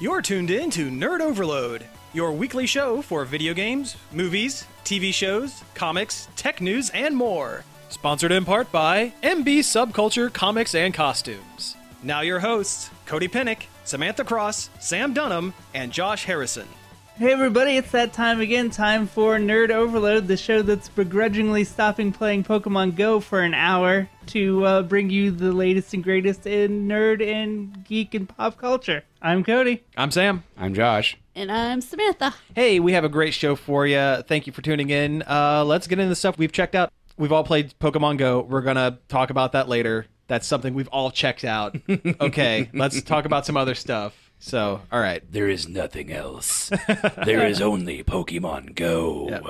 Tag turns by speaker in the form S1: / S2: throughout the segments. S1: You're tuned in to Nerd Overload, your weekly show for video games, movies, TV shows, comics, tech news, and more. Sponsored in part by MB Subculture Comics and Costumes. Now, your hosts, Cody Pinnick, Samantha Cross, Sam Dunham, and Josh Harrison.
S2: Hey everybody, it's that time again, time for Nerd Overload, the show that's begrudgingly stopping playing Pokemon Go for an hour to uh, bring you the latest and greatest in nerd and geek and pop culture. I'm Cody.
S1: I'm Sam.
S3: I'm Josh.
S4: And I'm Samantha.
S1: Hey, we have a great show for you. Thank you for tuning in. Uh, let's get into the stuff we've checked out. We've all played Pokemon Go. We're going to talk about that later. That's something we've all checked out. Okay, let's talk about some other stuff. So, all right.
S5: There is nothing else. there is only Pokemon Go.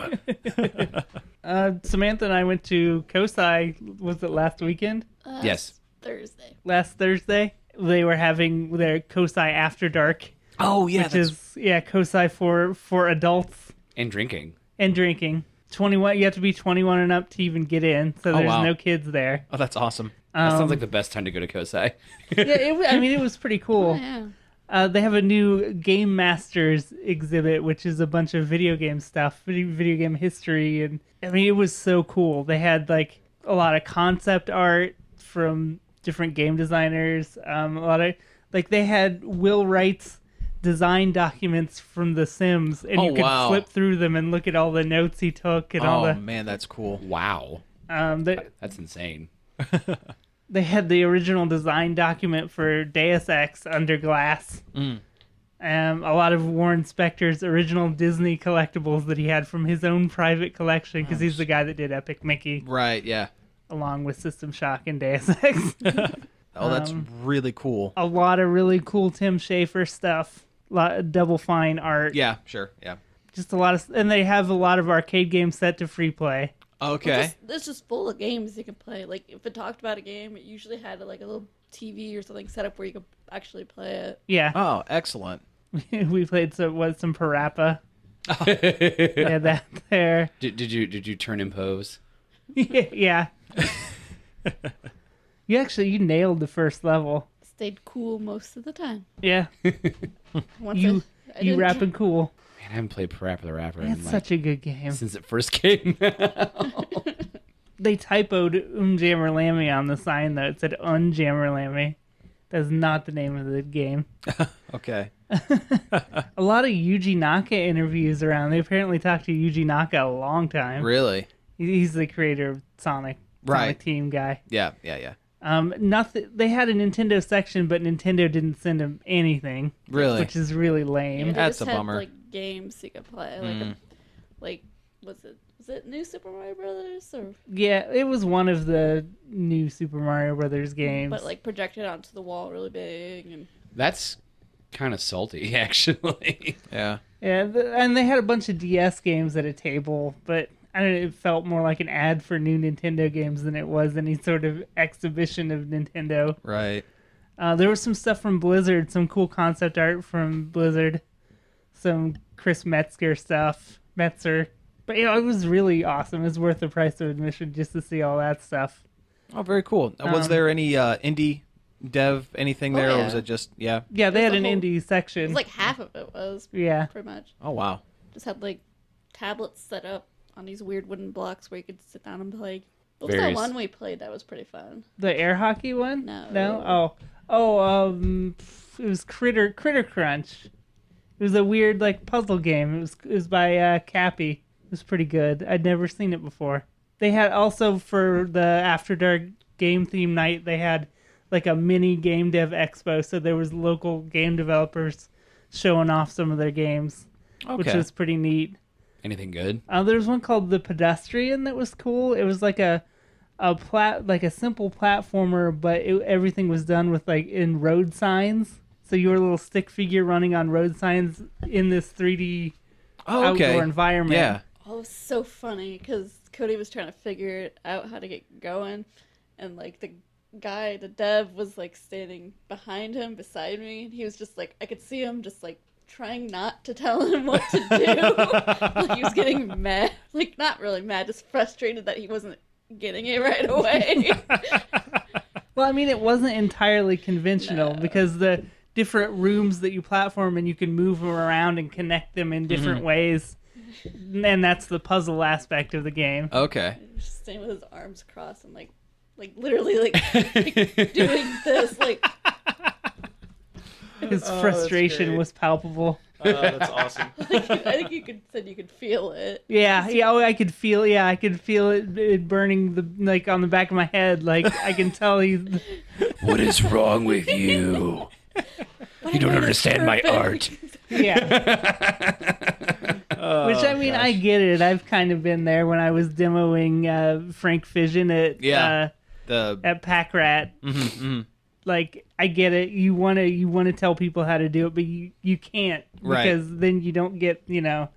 S2: Uh, Samantha and I went to Kosai, was it last weekend?
S4: Uh,
S3: Yes.
S4: Thursday.
S2: Last Thursday? They were having their Kosai After Dark,
S1: Oh, yeah.
S2: which is, yeah, Kosai for, for adults
S3: And drinking.
S2: and drinking. 21, you have to be 21 and up to even get in, so there's
S3: wow.
S2: no kids there.
S1: oh, that's awesome.
S3: That
S2: Um,
S3: sounds like the best time to go to Kosai.
S2: yeah, it, wa- I mean, it was pretty cool.
S4: Yeah.
S2: Uh, they have a new Game Masters exhibit, which is a bunch of video game stuff, video, video game history, and I mean, it was so cool. They had like a lot of concept art from different game designers. Um, a lot of like they had Will Wright's design documents from The Sims, and
S1: Oh,
S2: you could
S1: wow.
S2: flip through them and look at all the notes he took and all
S1: Oh,
S2: the.
S1: man, that's cool.
S3: Wow.
S2: Um, they,
S3: That's insane.
S2: they had the original design document for Deus Ex under glass. Um, a lot of Warren Spector's original Disney collectibles that he had from his own private collection because he's the guy that did Epic Mickey
S1: Right, yeah.
S2: along with System Shock and Deus Ex.
S1: Oh, that's
S2: Um,
S1: really cool.
S2: a lot of really cool Tim Schafer stuff. Lot of double fine art.
S1: Yeah, sure. Yeah.
S2: Just a lot of, and they have a lot of arcade games set to free play.
S1: Okay.
S4: Just, it's just full of games you can play. Like if it talked about a game, it usually had like a little TV or something set up where you could actually play it.
S2: Yeah,
S1: Oh, excellent.
S2: we played some what some Parappa. yeah, that there.
S3: Did, did you did you turn and pose?
S2: yeah. you actually you nailed the first level.
S4: Stayed cool most of the time.
S2: Yeah,
S4: Once
S2: you
S4: I, I
S2: you
S4: didn't
S2: rapping cool.
S3: Man, I haven't played Parappa the Rapper in
S2: That's
S3: like,
S2: such a good game.
S3: since it first came.
S2: They typoed Umjammer Lammy on the sign though. It said Unjammer Lammy. That's not the name of the game.
S1: Okay.
S2: A lot of Yuji Naka interviews around. They apparently talked to Yuji Naka a long time.
S1: Really?
S2: He- He's the creator of Sonic,
S1: Right.
S2: Sonic Team guy.
S1: Yeah, yeah, yeah.
S2: Um, nothing. They had a Nintendo section, but Nintendo didn't send him anything,
S1: Really?
S2: which is really lame.
S4: Yeah, they
S1: That's
S4: just
S1: a
S4: had,
S1: bummer.
S4: Like games you could play, like a, like was it was it New Super Mario Brothers or
S2: Yeah, it was one of the new Super Mario Brothers games.
S4: but like projected onto the wall really big and
S3: That's kind of salty, actually.
S1: yeah.
S2: yeah, th- and they had a bunch of DS games at a table, but I don't know, it felt more like an ad for new Nintendo games than it was any sort of exhibition of Nintendo.
S1: Right.
S2: Uh, there was some stuff from Blizzard, some cool concept art from Blizzard, some Chris Metzger stuff, Metzer. But yeah, it was really awesome. It's worth the price of admission just to see all that stuff.
S1: Oh, very cool. Now, was
S2: Um, oh,
S1: there any uh, indie dev anything there, or
S4: yeah.
S1: was it just yeah?
S2: Yeah, they
S4: There's
S2: had an
S4: a whole-
S2: indie
S4: it
S2: section.
S4: was like half of it was
S2: yeah.
S4: pretty much
S1: Oh wow.
S4: just had like tablets set up on these weird wooden blocks where you could sit down and play. What was
S3: Various-
S4: that one we played that was pretty fun?
S2: The air hockey one?
S4: No.
S2: No. Oh. Oh. Um. It was Critter Critter Crunch. It was a weird like puzzle game. It was it was by uh, Cappy. It was pretty good. I'd never seen it before. They had also for the After Dark game theme night. They had like a mini game dev expo. So there was local game developers showing off some of their games, which
S1: Okay.
S2: was pretty neat.
S3: Anything good?
S2: Uh, there was one called The Pedestrian that was cool. It was like a a plat like a simple platformer, but it, everything was done with like in road signs. So you were a little stick figure running on road signs in this 3D
S1: Oh okay.
S2: outdoor environment.
S1: Yeah.
S4: Oh, it was so funny because Cody was trying to figure out how to get going, and like the guy, the dev, was like standing behind him, beside me, and he was just like, I could see him just like trying not to tell him what to do. like he was getting mad, like not really mad, just frustrated that he wasn't getting it right away.
S2: Well, I mean, it wasn't entirely conventional because the different rooms that you platform and you can move 'em around and connect them in
S1: Mm-hmm.
S2: different ways. And that's the puzzle aspect of the game.
S1: Okay.
S4: Just standing with his arms crossed and like, like literally like, like, doing this. Like
S2: His
S1: Oh,
S2: frustration
S6: great.
S2: was palpable.
S6: Uh, that's awesome.
S4: I think you could said you could feel it.
S2: Yeah, yeah, oh, I could feel. Yeah, I could feel it, it burning the like on the back of my head. Like I can tell you.
S3: What is wrong with you? You don't understand my art.
S2: Yeah. Which I mean, I get it. I've kind of been there when I was demoing uh, Frank Fission at
S1: Yeah.
S2: uh,
S1: The
S2: at Pack Rat.
S4: Mm-hmm,
S2: Like I get it. You wanna you wanna tell people how to do it, but you you can't
S1: Right.
S2: because then you don't get you know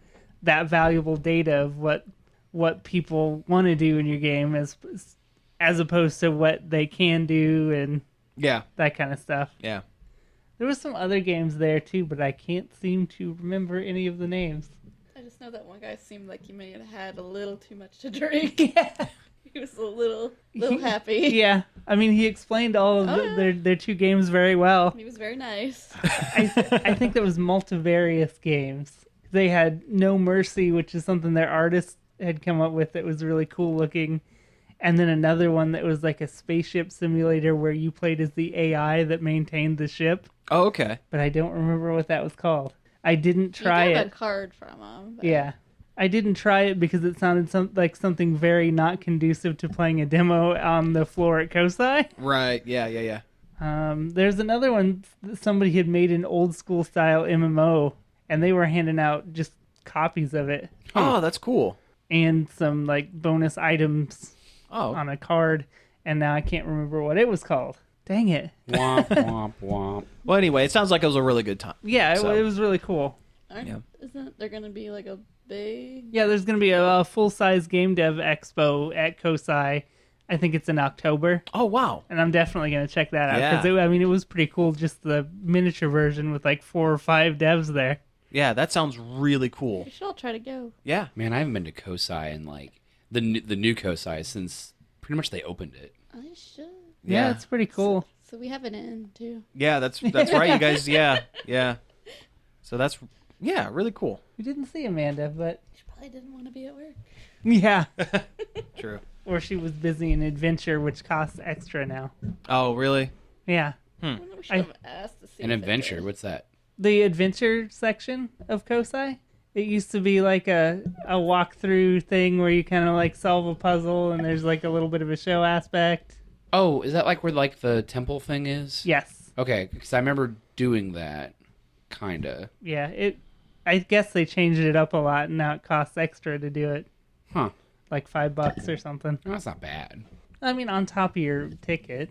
S2: that valuable data of what what people want to do in your game as as opposed to what they can do and
S1: yeah
S2: that kind of stuff.
S1: yeah.
S2: There was some other games there too, but I can't seem to remember any of the names.
S4: I just know that one guy seemed like he may have had a little too much to drink. Yeah. he was a little little happy.
S2: Yeah, I mean, he explained all of
S4: Oh,
S2: the,
S4: yeah.
S2: their their two games very well.
S4: He was very nice.
S2: I, I think there was multivarious games. They had No Mercy, which is something their artist had come up with that was really cool looking, and then another one that was like a spaceship simulator where you played as the AI that maintained the ship.
S1: Oh okay.
S2: But I don't remember what that was called. I didn't try
S4: you
S2: it.
S4: got a card from him. but-
S2: Yeah. I didn't try it because it sounded some, like something very not conducive to playing a demo on the floor at Kosai.
S1: Right. Yeah. Yeah. Yeah.
S2: Um, there's another one that somebody had made an old school style MMO, and they were handing out just copies of it
S1: Oh, that's cool.
S2: and some like bonus items
S1: Oh.
S2: on a card. And now I can't remember what it was called. Dang it!
S1: womp womp womp. Well, anyway, it sounds like it was a really good time.
S2: Yeah, it,
S1: So-
S2: it was really cool.
S4: Aren't,
S1: Yeah.
S4: Isn't there going to be like a big?
S2: Yeah, there's gonna be a, a full size game dev expo at Kosai. I think it's in October.
S1: Oh wow.
S2: and I'm definitely gonna check that out
S1: Yeah.
S2: because I mean it was pretty cool. Just the miniature version with like four or five devs there.
S1: Yeah, that sounds really cool.
S4: We should all try to go.
S1: Yeah.
S3: Man, I haven't been to Kosai in like the n- the new Kosai since pretty much they opened it.
S4: I should.
S2: Yeah,
S1: Yeah.
S2: it's pretty cool.
S4: So we have an end too.
S1: Yeah, that's that's right, you guys. Yeah, yeah. So that's yeah, really cool.
S2: We didn't see Amanda, but
S4: She probably didn't want to be at work.
S2: yeah,
S1: True.
S2: or she was busy in adventure, which costs extra now.
S1: Oh, really?
S2: Yeah,
S4: I wonder if we should
S2: I-
S4: have asked to see
S3: Hmm. An
S4: if it
S3: adventure.
S4: was-
S3: What's that?
S2: the adventure section of Kosai. It used to be like a a walkthrough thing where you kind of like solve a puzzle and there's like a little bit of a show aspect.
S3: Oh, is that like where like the temple thing is?
S2: Yes,
S3: Okay, because I remember doing that, kinda.
S2: yeah. It, I guess they changed it up a lot and now it costs extra to do it,
S3: Huh.
S2: like five bucks or something.
S3: No, that's not bad.
S2: I mean, on top of your ticket.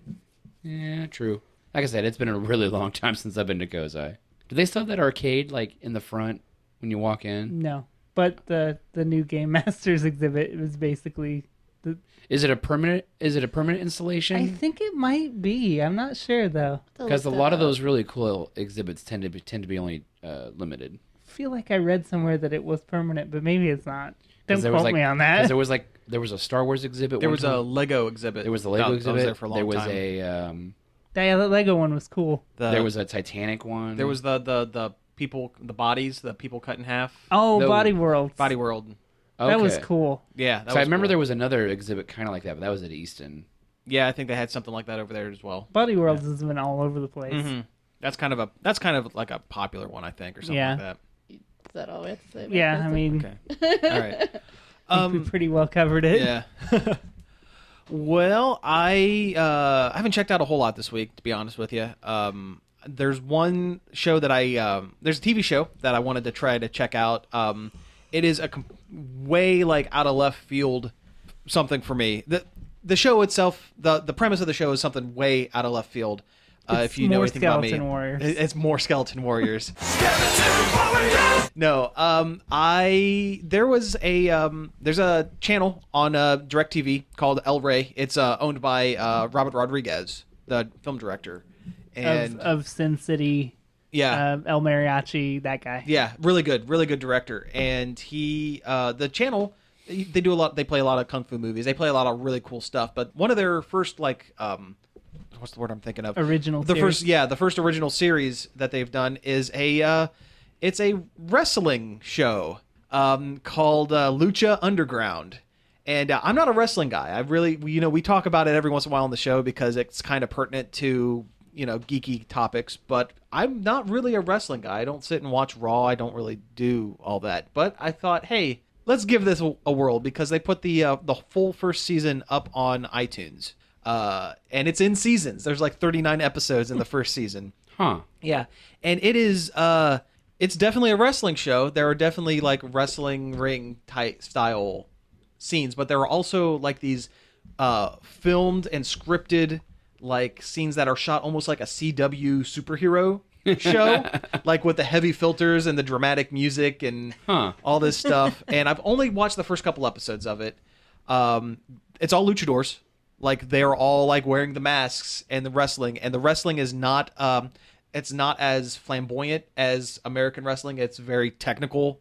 S3: Yeah, true. Like I said, it's been a really long time since I've been to Kozai. Do they still have that arcade like in the front when you walk in?
S2: No, but the the new Game Masters exhibit was basically. The,
S3: Is it a permanent? Is it a permanent
S2: I
S3: installation?
S2: think it might be. I'm not sure though.
S4: I'll
S3: Because a
S4: look
S3: lot of
S4: that up.
S3: those really cool exhibits tend to be tend to be only uh, limited.
S2: I feel like I read somewhere that it was permanent, but maybe it's not. Don't
S3: 'Cause there
S2: quote
S3: was, like-
S2: me on
S3: 'cause
S2: that.
S3: There was like there was a Star Wars exhibit.
S1: There
S3: one
S1: was
S3: time.
S1: a Lego exhibit.
S3: there was the
S1: No,
S3: Lego
S1: I
S3: exhibit.
S1: was there for a long
S3: there was
S1: time.
S3: a um,
S2: Yeah, that Lego one was cool.
S1: The-
S3: there was a Titanic one.
S1: there was the the the people the bodies the people cut in half
S2: Oh,
S3: The-
S2: Body World.
S1: body world.
S3: okay.
S2: That was cool.
S1: Yeah, that
S3: So I remember there was another exhibit kind of like that, but that was at Easton.
S1: Yeah, I think they had something like that over there as well.
S2: Body Worlds has been all over the place.
S1: Mhm. That's kind of a that's kind of like a popular one, I think, or something
S2: Yeah.
S1: like that.
S4: Is that all we have to say? about
S2: Yeah,
S4: that?
S2: I mean,
S1: Okay. All right.
S2: I think we pretty well covered it.
S1: Yeah. well, I uh, I haven't checked out a whole lot this week, to be honest with you. Um, there's one show that I um, there's a TV show that I wanted to try to check out. Um, it is a com- way like out of left field something for me. the The show itself, the the premise of the show is something way out of left field. Uh,
S2: It's
S1: if you know
S2: more
S1: anything about me,
S2: Skeleton Warriors.
S1: It- it's more skeleton warriors. No, um, I there was a um, there's a channel on uh, Directv called El Rey. It's uh, owned by uh, Robert Rodriguez, the film director, and
S2: Of, of Sin City,
S1: yeah,
S2: uh, El Mariachi, that guy.
S1: yeah, really good, really good director. And he, uh, the channel, they do a lot. They play a lot of kung fu movies. They play a lot of really cool stuff. But one of their first like, um, what's the word I'm thinking of?
S2: Original
S1: The
S2: series.
S1: first, yeah, the first original series that they've done is a, uh, it's a wrestling show um, called uh, Lucha Underground. And uh, I'm not a wrestling guy. I really, you know, we talk about it every once in a while on the show because it's kind of pertinent to, you know, geeky topics. But I'm not really a wrestling guy. I don't sit and watch Raw. I don't really do all that. But I thought, hey, let's give this a, a whirl because they put the uh, the full first season up on iTunes. Uh, and it's in seasons. There's like 39 episodes in the first season.
S3: Huh.
S1: Yeah, and it is. Uh, it's definitely a wrestling show. There are definitely like wrestling ring type style scenes, but there are also like these uh, filmed and scripted like scenes that are shot almost like a CW superhero show, like with the heavy filters and the dramatic music and
S3: Huh.
S1: all this stuff. and I've only watched the first couple episodes of it. Um, it's all luchadors. Like they're all like wearing the masks and the wrestling, and the wrestling is not um, it's not as flamboyant as American wrestling. It's very technical.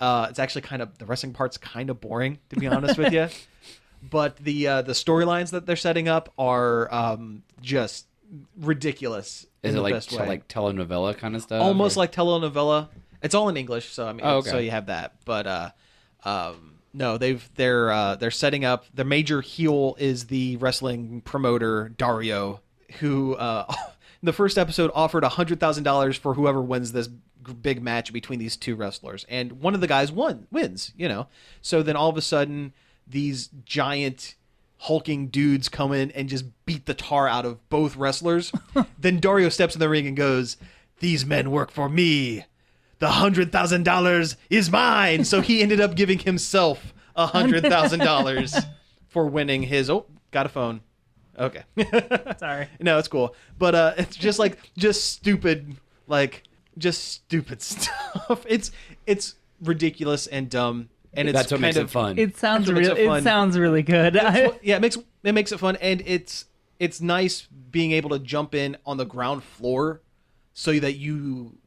S1: Uh, it's actually kind of the wrestling part's kind of boring to be honest with you. But the uh, the storylines that they're setting up are um, just ridiculous. in
S3: Is it
S1: the
S3: like
S1: best
S3: t-
S1: way.
S3: like telenovela kind of stuff?
S1: almost
S3: or-
S1: like telenovela? It's all in English, so I mean,
S3: Oh, okay.
S1: so you have that. But uh, um, no, they've they're uh, they're setting up. The major heel is the wrestling promoter Dario, who uh, in the first episode offered hundred thousand dollars for whoever wins this g- big match between these two wrestlers, and one of the guys won wins. You know, so then all of a sudden these giant hulking dudes come in and just beat the tar out of both wrestlers. then Dario steps in the ring and goes, "These men work for me." the hundred thousand dollars is mine. So he ended up giving himself a hundred thousand dollars for winning his. Oh, got a phone. Okay,
S2: Sorry.
S1: no, it's cool. But uh, it's just like just stupid, like just stupid stuff. It's it's ridiculous and dumb, and it's
S3: that's
S1: kind
S3: what makes
S1: of
S3: it fun.
S2: It sounds
S1: That's what makes
S2: real.
S1: it fun.
S2: It sounds really good.
S1: It's what- yeah, it makes it makes it fun, and it's it's nice being able to jump in on the ground floor, so that you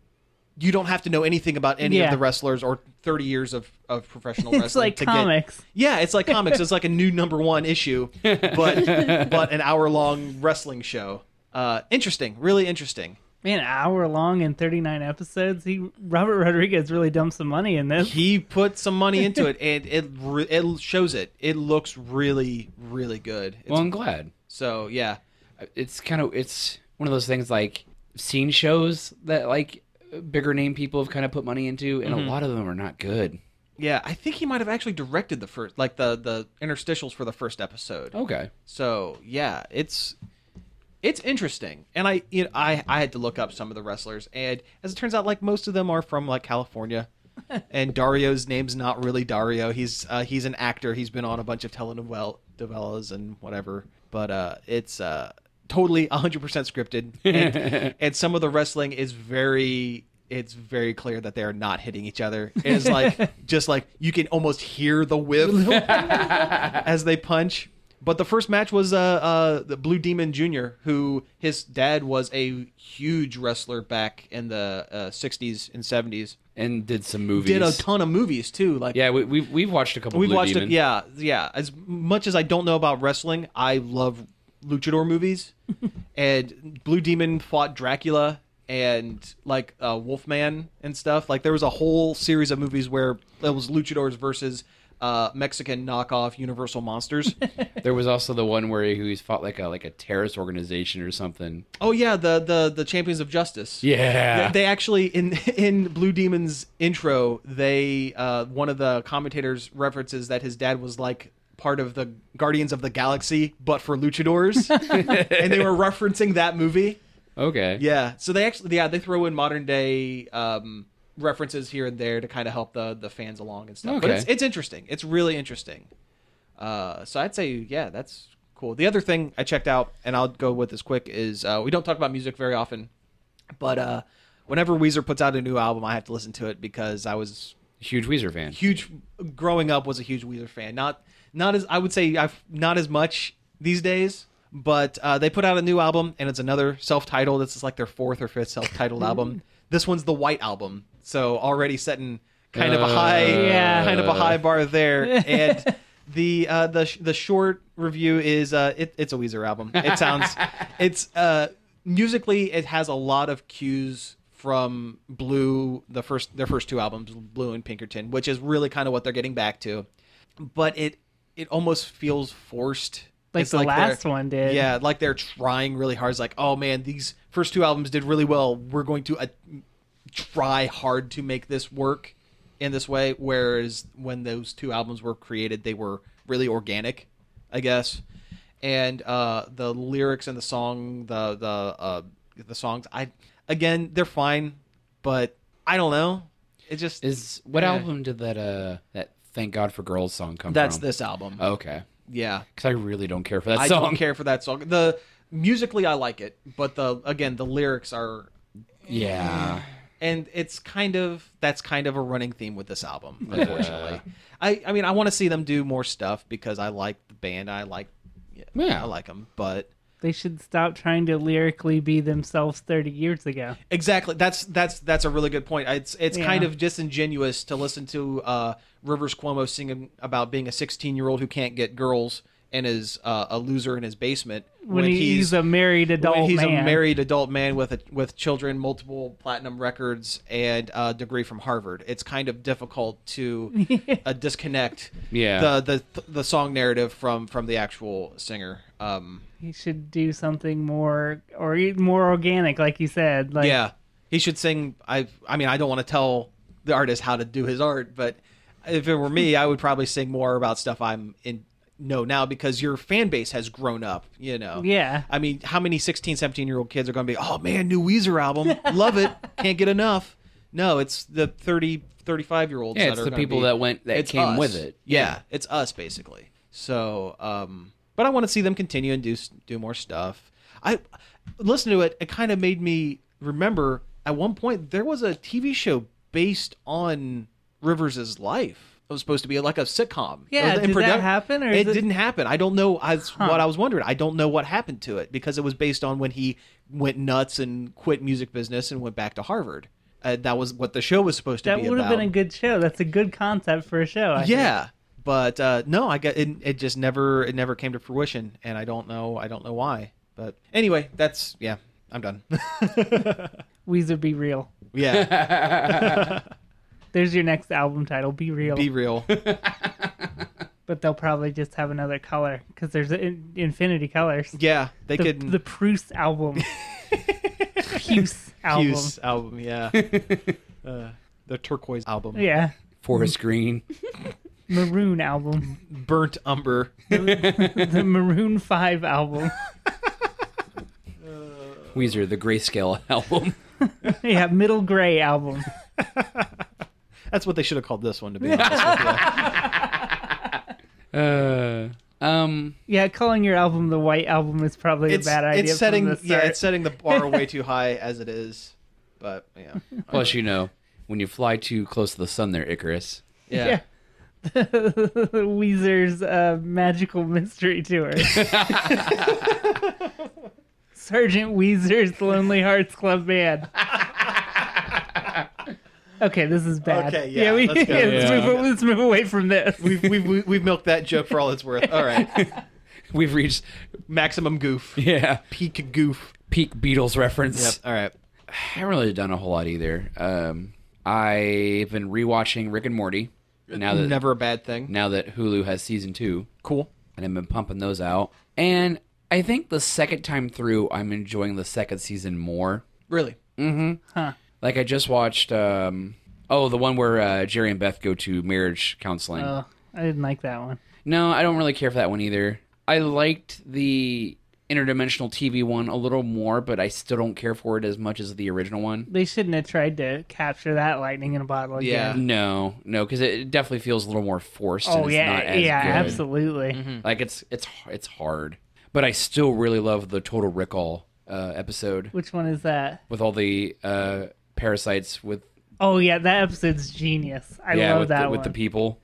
S1: you don't have to know anything about any of
S2: Yeah.
S1: the wrestlers or thirty years of, of professional
S2: it's
S1: wrestling.
S2: like
S1: to
S2: comics.
S1: Get, yeah, it's like comics. it's like a new number one issue, but but an hour long wrestling show. Uh, interesting, really interesting.
S2: Man, an hour long and 39 episodes. He Robert Rodriguez really dumped some money in this.
S1: He put some money into it, and it re- it shows it. It looks really, really good. It's,
S3: well, I'm glad.
S1: so yeah,
S3: It's kind of it's one of those things like I've seen shows that like bigger name people have kind of put money into, and a lot of them are not good.
S1: Yeah, I think he might have actually directed the first, like the the interstitials for the first episode.
S3: Okay.
S1: So yeah, it's it's interesting, and I you know, I I had to look up some of the wrestlers, and as it turns out, like most of them are from like California, and Dario's name's not really Dario. He's uh, he's an actor. He's been on a bunch of telenovel- novellas and whatever, but uh, it's uh, totally 100% scripted, and, and some of the wrestling is very. It's very clear that they are not hitting each other. It's like just like you can almost hear the whiff as they punch. But the first match was uh, uh, the Blue Demon Jr., who his dad was a huge wrestler back in the uh, 60s and 70s.
S3: And did some movies.
S1: Did a ton of movies too. Like
S3: Yeah, we, we've we've watched a couple.
S1: we've
S3: Blue
S1: watched
S3: Demon.
S1: it. Yeah, yeah. As much as I don't know about wrestling, I love luchador movies. and Blue Demon fought Dracula and like uh, Wolfman and stuff. Like there was a whole series of movies where it was luchadors versus uh, Mexican knockoff Universal monsters.
S3: There was also the one where he was fought like a like a terrorist organization or something.
S1: Oh yeah, the the the Champions of Justice.
S3: Yeah.
S1: They, they actually in in Blue Demon's intro, they uh, one of the commentators references that his dad was like part of the Guardians of the Galaxy, but for luchadors, and they were referencing that movie.
S3: okay.
S1: Yeah, so they actually yeah they throw in modern day um, references here and there to kind of help the the fans along and stuff. But
S3: Okay.
S1: it's it's interesting. It's really interesting. Uh, so I'd say yeah, that's cool. The other thing I checked out, and I'll go with this quick, is uh, we don't talk about music very often, but uh, whenever Weezer puts out a new album, I have to listen to it because I was
S3: Huge Weezer fan.
S1: huge growing up was a huge Weezer fan. Not not as I would say I've not as much these days, but uh, they put out a new album and it's another self-titled. This is like their fourth or fifth self-titled album. This one's the White Album, so already setting kind of a high
S3: Uh,
S2: Yeah.
S1: kind of a high bar there and The uh, the sh- the short review is uh, it, it's a Weezer album. It sounds it's uh, musically it has a lot of cues from Blue the first their first two albums Blue and Pinkerton, which is really kind of what they're getting back to, but it it almost feels forced.
S2: Like
S1: It's
S2: the
S1: they're-
S2: last one did.
S1: Yeah, like they're trying really hard. It's like, oh man, these first two albums did really well. We're going to uh, try hard to make this work in this way. Whereas when those two albums were created, they were really organic, I guess. And uh, the lyrics and the song, the the uh, the songs, I again, they're fine, but I don't know. It just
S3: Is what
S1: Yeah.
S3: album did that uh that Thank God for Girls song come
S1: that's
S3: from?
S1: this album.
S3: Okay.
S1: Yeah,
S3: Cuz I really don't care for that
S1: I
S3: song.
S1: don't care for that song. The musically, I like it, but the again, the lyrics are
S3: Yeah.
S1: and it's kind of that's kind of a running theme with this album unfortunately i i mean i want to see them do more stuff because i like the band i like yeah,
S3: Yeah.
S1: i like them but
S2: They should stop trying to lyrically be themselves 30 years ago.
S1: exactly that's that's that's a really good point it's it's
S2: Yeah.
S1: kind of disingenuous to listen to uh rivers cuomo singing about being a 16 year old who can't get girls and is uh, a loser in his basement
S2: When, he- he's, a married adult
S1: when he's
S2: man.
S1: a married adult man with a, with children, multiple platinum records, and a degree from Harvard. It's kind of difficult to uh, disconnect
S3: Yeah.
S1: the, the the song narrative from from the actual singer. Um,
S2: he should do something more or e- more organic, like you said. Like,
S1: yeah, he should sing. I I mean, I don't want to tell the artist how to do his art, but if it were me, I would probably sing more about stuff I'm in know now because your fan base has grown up. You know.
S2: Yeah.
S1: I mean, how many 16, 17 year old kids are going to be, oh man, new Weezer album. Love it. Can't get enough. No, it's the 30, 35 year olds.
S3: Yeah,
S1: that
S3: it's
S1: are
S3: the
S1: gonna
S3: people
S1: be-
S3: that went- that
S1: it's
S3: came
S1: us.
S3: with it.
S1: Yeah,
S3: Yeah.
S1: it's us basically. So, um, but I want to see them continue and do, s- do more stuff. I listened to it. It kind of made me remember at one point there was a TV show based on Rivers's life. It was supposed to be like a sitcom. It
S2: Yeah,
S1: was in
S2: did that
S1: produc-
S2: happen, or
S1: it
S2: is it-
S1: didn't happen. I don't know. I, What I was wondering, I don't know what happened to it because it was based on when he went nuts and quit music business and went back to Harvard. Uh, that was what the show was supposed to
S2: That
S1: be
S2: would have
S1: about.
S2: been a good show. That's a good concept for a show. I think.
S1: yeah, but uh, no, I got it, it. Just never, it never came to fruition, and I don't know. I don't know why. But anyway, that's yeah. I'm done.
S2: Weezer Be Real.
S1: yeah,
S2: There's your next album title, Be Real.
S1: be real.
S2: but they'll probably just have another color because there's in- infinity colors.
S1: Yeah, they
S2: the,
S1: could
S2: the Proust album. Puce album.
S1: Hughes album. Yeah, uh, the turquoise album.
S2: Yeah.
S3: Forest Green.
S2: Maroon album.
S1: Burnt umber.
S2: the Maroon 5 album.
S3: Weezer the Grayscale album.
S2: Yeah, Middle Gray album.
S1: That's what they should have called this one. To be honest with you.
S3: Uh um
S2: Yeah, calling your album the White Album is probably a bad idea.
S1: It's setting
S2: from the
S1: yeah,
S2: start.
S1: it's setting the bar way too high as it is. But yeah,
S3: plus you know, when you fly too close to the sun there Icarus.
S1: yeah.
S2: Yeah. Weezer's uh, magical mystery tour. Sergeant Weezer's Lonely Hearts Club Band. Okay, this is bad.
S1: Okay, yeah,
S2: we,
S1: let's go.
S2: let's,
S3: Yeah.
S2: Move, let's move away from this.
S1: We've, we've- we've we've milked that joke for all it's worth. All right,
S3: We've reached
S1: maximum goof,
S3: yeah,
S1: peak goof.
S3: peak Beatles reference.
S1: Yep. All right.
S3: I haven't really done a whole lot either. Um I've been rewatching Rick and Morty now that
S1: Never a bad thing.
S3: now that Hulu has season 2.
S1: Cool.
S3: and I've been pumping those out. And I think the second time through, I'm enjoying the second season more.
S1: Really.
S3: Like I just watched, um, oh, the one where uh, Jerry and Beth go to marriage counseling.
S2: Oh, I didn't like that one.
S3: no, I don't really care for that one either. I liked the interdimensional TV one a little more, but I still don't care for it as much as the original one.
S2: They shouldn't have tried to capture that lightning in a bottle
S1: Yeah.
S2: again.
S3: No, no, because it definitely feels a little more forced. and
S2: Oh
S3: it's not
S2: yeah,
S3: as
S2: yeah,
S3: good.
S2: absolutely.
S3: Like it's it's it's hard, but I still really love the Total Recall uh, episode.
S2: Which one is that?
S3: with all the uh, parasites with
S2: Oh yeah, that episode's genius. I
S3: yeah
S2: love
S3: with,
S2: that
S3: the,
S2: one.
S3: with the people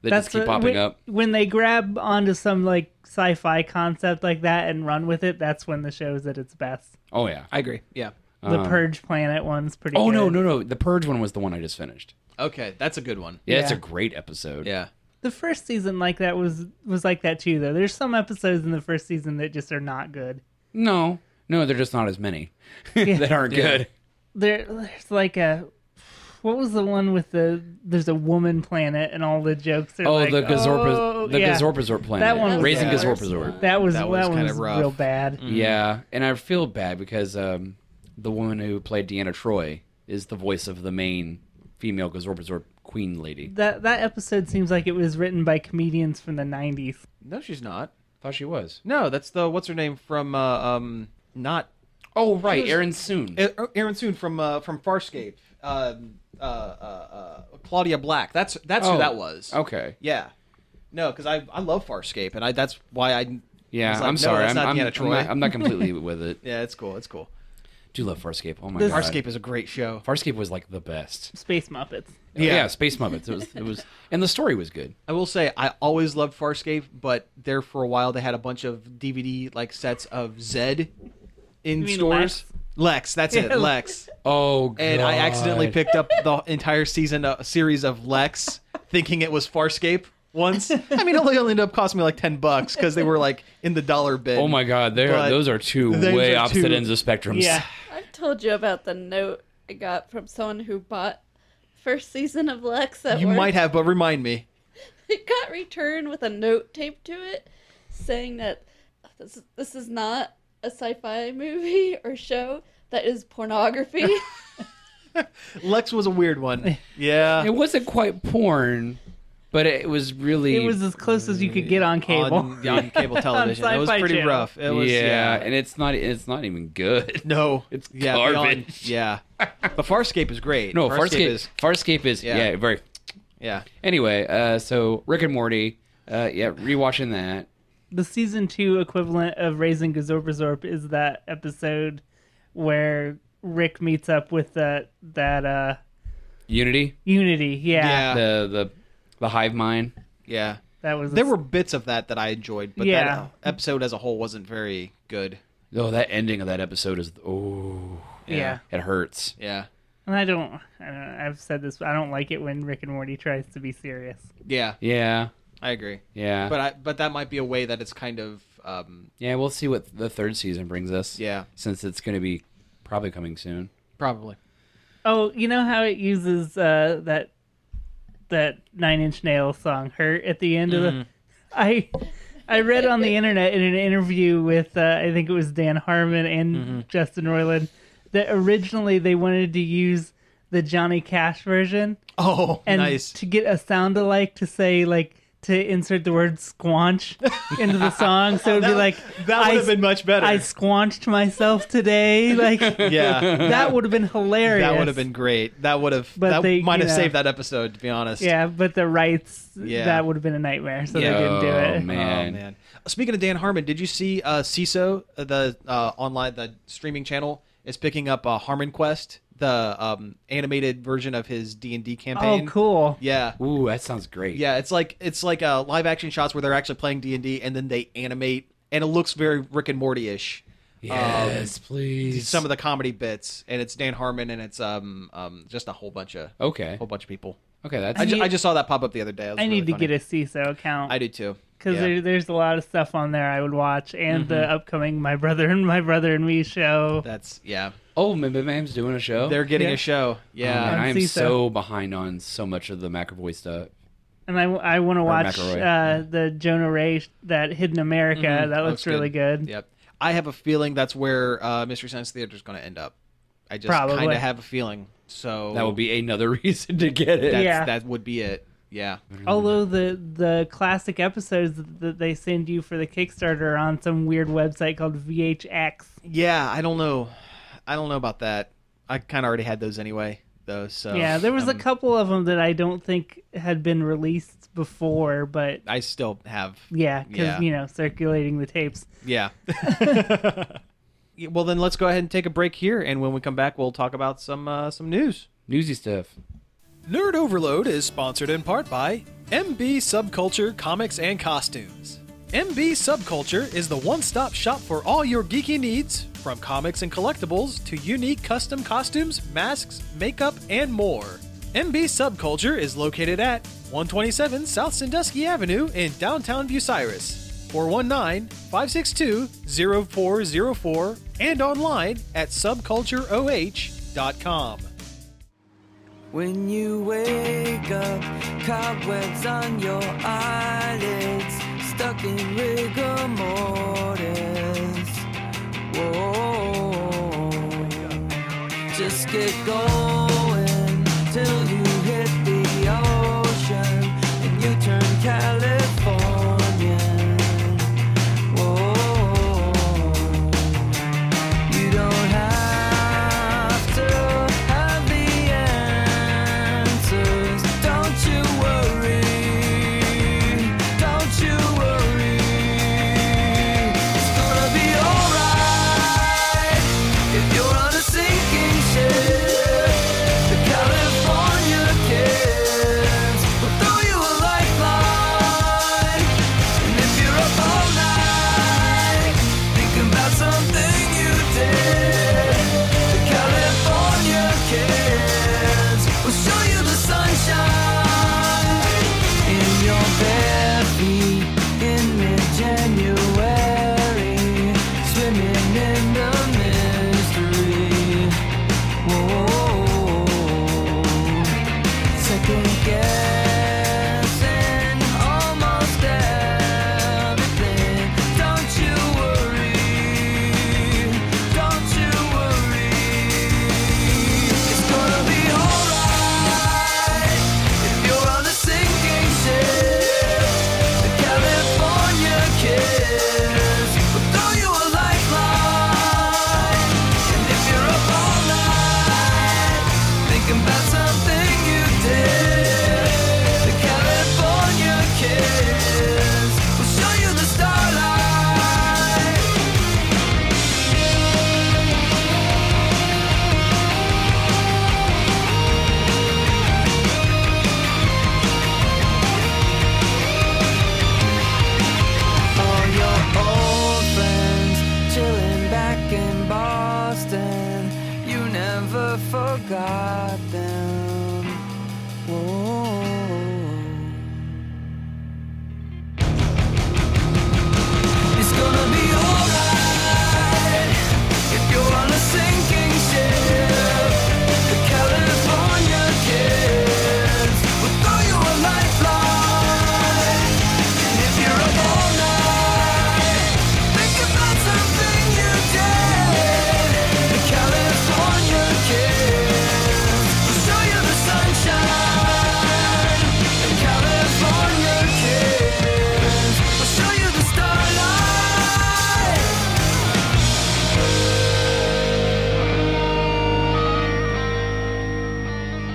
S3: that just keep
S2: the-
S3: popping
S2: when,
S3: up.
S2: When they grab onto some like sci-fi concept like that and run with it, that's when the show's at its best.
S3: Oh yeah.
S1: I agree. Yeah.
S2: The Purge Planet one's pretty.
S3: Uh-huh. Oh no
S2: good.
S3: no no! The Purge one was the one I just finished.
S1: Okay, that's a good one.
S3: Yeah, it's a
S2: Yeah.
S3: great episode.
S1: Yeah.
S2: The first season like that was was like that too though. There's some episodes in the first season that just are not good.
S3: No, no, they're just not as many that aren't good.
S2: There there's like a what was the one with the there's a woman planet and all the jokes are
S3: Oh,
S2: like
S3: the Gazorpa,
S2: oh,
S3: the
S2: yeah.
S3: Gazorpazort planet.
S2: That one was
S3: raising
S2: the
S4: worst
S3: Gazorpazort.
S4: one.
S2: That was
S1: That
S2: that,
S1: was
S2: one
S1: kinda
S2: was
S1: rough.
S2: real bad.
S3: Yeah, and I feel bad because um, the woman who played Deanna Troy is the voice of the main female Gazorpazort queen lady.
S2: That that episode seems like it was written by comedians from the 90s.
S1: No, she's not.
S3: thought she was.
S1: No, that's the what's her name from uh, um not
S3: Oh right, Aaron Soon.
S1: Aaron Soon from uh, from Farscape. Um, uh, uh, uh, Claudia Black. That's that's
S3: Oh,
S1: who that was.
S3: Okay.
S1: Yeah. No, because I I love Farscape, and I that's why I.
S3: Yeah,
S1: was like,
S3: I'm
S1: no,
S3: sorry.
S1: That's
S3: I'm,
S1: not
S3: I'm-
S1: Deanna
S3: I'm
S1: Troy.
S3: not, I'm not completely with it.
S1: Yeah, it's cool. It's cool.
S3: Do love Farscape. Oh my
S2: This-
S3: god,
S1: Farscape is a great show.
S3: Farscape was like the best.
S2: Space Muppets.
S3: Yeah, Space Muppets. It was. It was, and the story was good.
S1: I will say I always loved Farscape, but there for a while they had a bunch of DVD like sets of Zed in
S2: You mean
S1: stores. Lex, that's it,
S2: Yeah.
S1: Lex.
S3: Oh,
S1: And I accidentally picked up the entire season uh, series of Lex, thinking it was Farscape. Once, I mean, it only ended up costing me like ten bucks because they were like in the dollar bin.
S3: Oh my god, they
S1: But
S3: are, those are two
S1: those
S3: way
S1: are
S3: opposite
S1: two-
S3: ends of spectrums.
S2: Yeah.
S4: I've told you about the note I got from someone who bought first season of Lex at
S1: You
S4: work.
S1: might have, but remind me.
S4: It got returned with a note taped to it saying that this, this is not a sci-fi movie or show. That is pornography.
S1: Lex was a weird one. Yeah.
S3: It wasn't quite porn, but it was really
S2: It was as close as you could get on cable.
S1: On, on cable television. it was
S2: Sci-Fi
S1: pretty
S2: Channel.
S1: rough. It was,
S3: yeah,
S1: yeah.
S3: and it's not it's not even good.
S1: No,
S3: It's garbage.
S1: yeah, but Farscape is great.
S3: No, Farscape,
S1: is
S3: is Farscape is
S1: Yeah.
S3: yeah, very.
S1: yeah.
S3: Anyway, uh, so Rick and Morty, uh, yeah, rewatching that.
S2: the season two equivalent of Raising Gazorpazorp is that episode where Rick meets up with that that uh
S3: Unity,
S2: Unity. Yeah,
S1: Yeah.
S3: the the the hive mind.
S1: Yeah,
S2: that was
S1: there were bits of that that I enjoyed, but
S2: Yeah.
S1: that episode as a whole wasn't very good.
S3: Oh, that ending of that episode is oh,
S2: yeah.
S3: it hurts.
S1: Yeah,
S2: And I don't, I don't. I've said this. I don't like it when Rick and Morty tries to be serious.
S1: yeah,
S3: Yeah,
S1: I agree.
S3: yeah,
S1: But I but that might be a way that it's kind of um
S3: yeah. We'll see what the third season brings us.
S1: yeah
S3: since it's going to be probably coming soon.
S1: probably
S2: Oh, you know how it uses uh, that that Nine Inch Nail song "Hurt" at the end of the.
S1: Mm-hmm.
S2: I I read on the internet in an interview with uh, I think it was Dan Harmon and
S1: Mm-hmm.
S2: Justin Roiland that originally they wanted to use the Johnny Cash version
S1: oh
S2: and
S1: nice
S2: to get a sound alike to say like to insert the word squanch into the song so it'd be like
S1: that would
S2: I-
S1: have been much better
S2: I squanched myself today like
S1: yeah
S2: that would have been hilarious
S1: that would have been great that would have
S2: But
S1: that
S2: they,
S1: might have
S2: you know-
S1: saved that episode to be honest
S2: Yeah, but the rights
S1: Yeah.
S2: that would have been a nightmare, so
S1: Yeah.
S2: they didn't do
S3: Oh,
S2: it.
S3: man.
S1: Oh man! Speaking of Dan Harmon, did you see uh, CISO, uh, the uh, online the streaming channel is picking up uh, Harmon Quest, the um, animated version of his D and D
S2: Oh,
S1: campaign.
S2: cool.
S1: Yeah,
S3: Ooh, that sounds great.
S1: yeah. It's like it's like uh, live action shots where they're actually playing D and D, and then they animate, and it looks very Rick and Morty ish.
S3: Yes, please.
S1: Um, Some of the comedy bits, and it's Dan Harmon, and it's um um just a whole bunch of
S3: okay,
S1: whole bunch of people.
S3: okay, that's
S1: Oh. I, ju-
S2: need-
S1: I just saw that pop up the other day. It was
S2: I need
S1: really
S2: to get
S1: funny.
S2: a CISO account
S1: I do too.
S2: because
S1: Yeah.
S2: there, there's a lot of stuff on there I would watch, and the upcoming My Brother and My Brother and Me show.
S1: That's yeah.
S3: oh, Mim Mam's doing a show.
S1: They're getting
S2: Oh, Yeah.
S1: a show. Yeah.
S3: Man,
S2: On
S3: I am
S2: CISO.
S3: so behind on so much of the McAvoy stuff.
S2: And I, I want to watch
S3: McElroy.
S2: uh, the Jonah Ray that Hidden America. That looks, really good.
S1: Yep. I have a feeling that's where uh, Mystery Science Theater is going to end up. I just
S2: Probably.
S1: kind of have a feeling. So
S3: That would be another reason to get it.
S1: that's,
S2: Yeah.
S1: that would be it. Yeah.
S2: Although the the classic episodes that they send you for the Kickstarter are on some weird website called VHX.
S1: Yeah. I don't know. I don't know about that. I kind of already had those anyway, though. So
S2: yeah, there was a
S1: um,
S2: couple of them that I don't think had been released before, but
S1: I still have.
S2: Yeah, because
S1: Yeah.
S2: you know, circulating the tapes.
S1: Yeah. Yeah, well, then let's go ahead and take a break here, and when we come back, we'll talk about some uh, some news.
S3: Newsy stuff.
S6: Nerd Overload is sponsored in part by MB Subculture Comics and Costumes. MB Subculture is the one stop shop for all your geeky needs, from comics and collectibles to unique custom costumes, masks, makeup, and more. MB Subculture is located at 127 South Sandusky Avenue in downtown Bucyrus, 419-562-0404, and online at subcultureoh.com.
S7: When you wake up, cobwebs on your eyelids, stuck in rigor mortis. Whoa. Just get going till you hit the ocean and you turn Californian. Whoa. You don't have to have the answers. Don't you worry. Don't you worry. It's gonna be alright if you're on a sinking ship. The California kids will throw you a lifeline, and if you're up all night thinking about something you did. The California kids will show you the sunshine in your bare feet in mid-January, swimming in the mystery. Whoa. Second guessing almost everything. Don't you worry. Don't you worry. It's gonna be alright if you're on a sinking ship. The California kids will throw you a lifeline, and if you're up all night thinking about something you did. The California kids will show you the starlight. All your old friends chilling back in Boston. You never forgot them. Whoa. It's gonna be alright if you're on a sinking ship. The California kids will throw you a lifeline. If you're up all night, think about something you did. The California kids will show you the sunshine. The California kids will show you the starlight.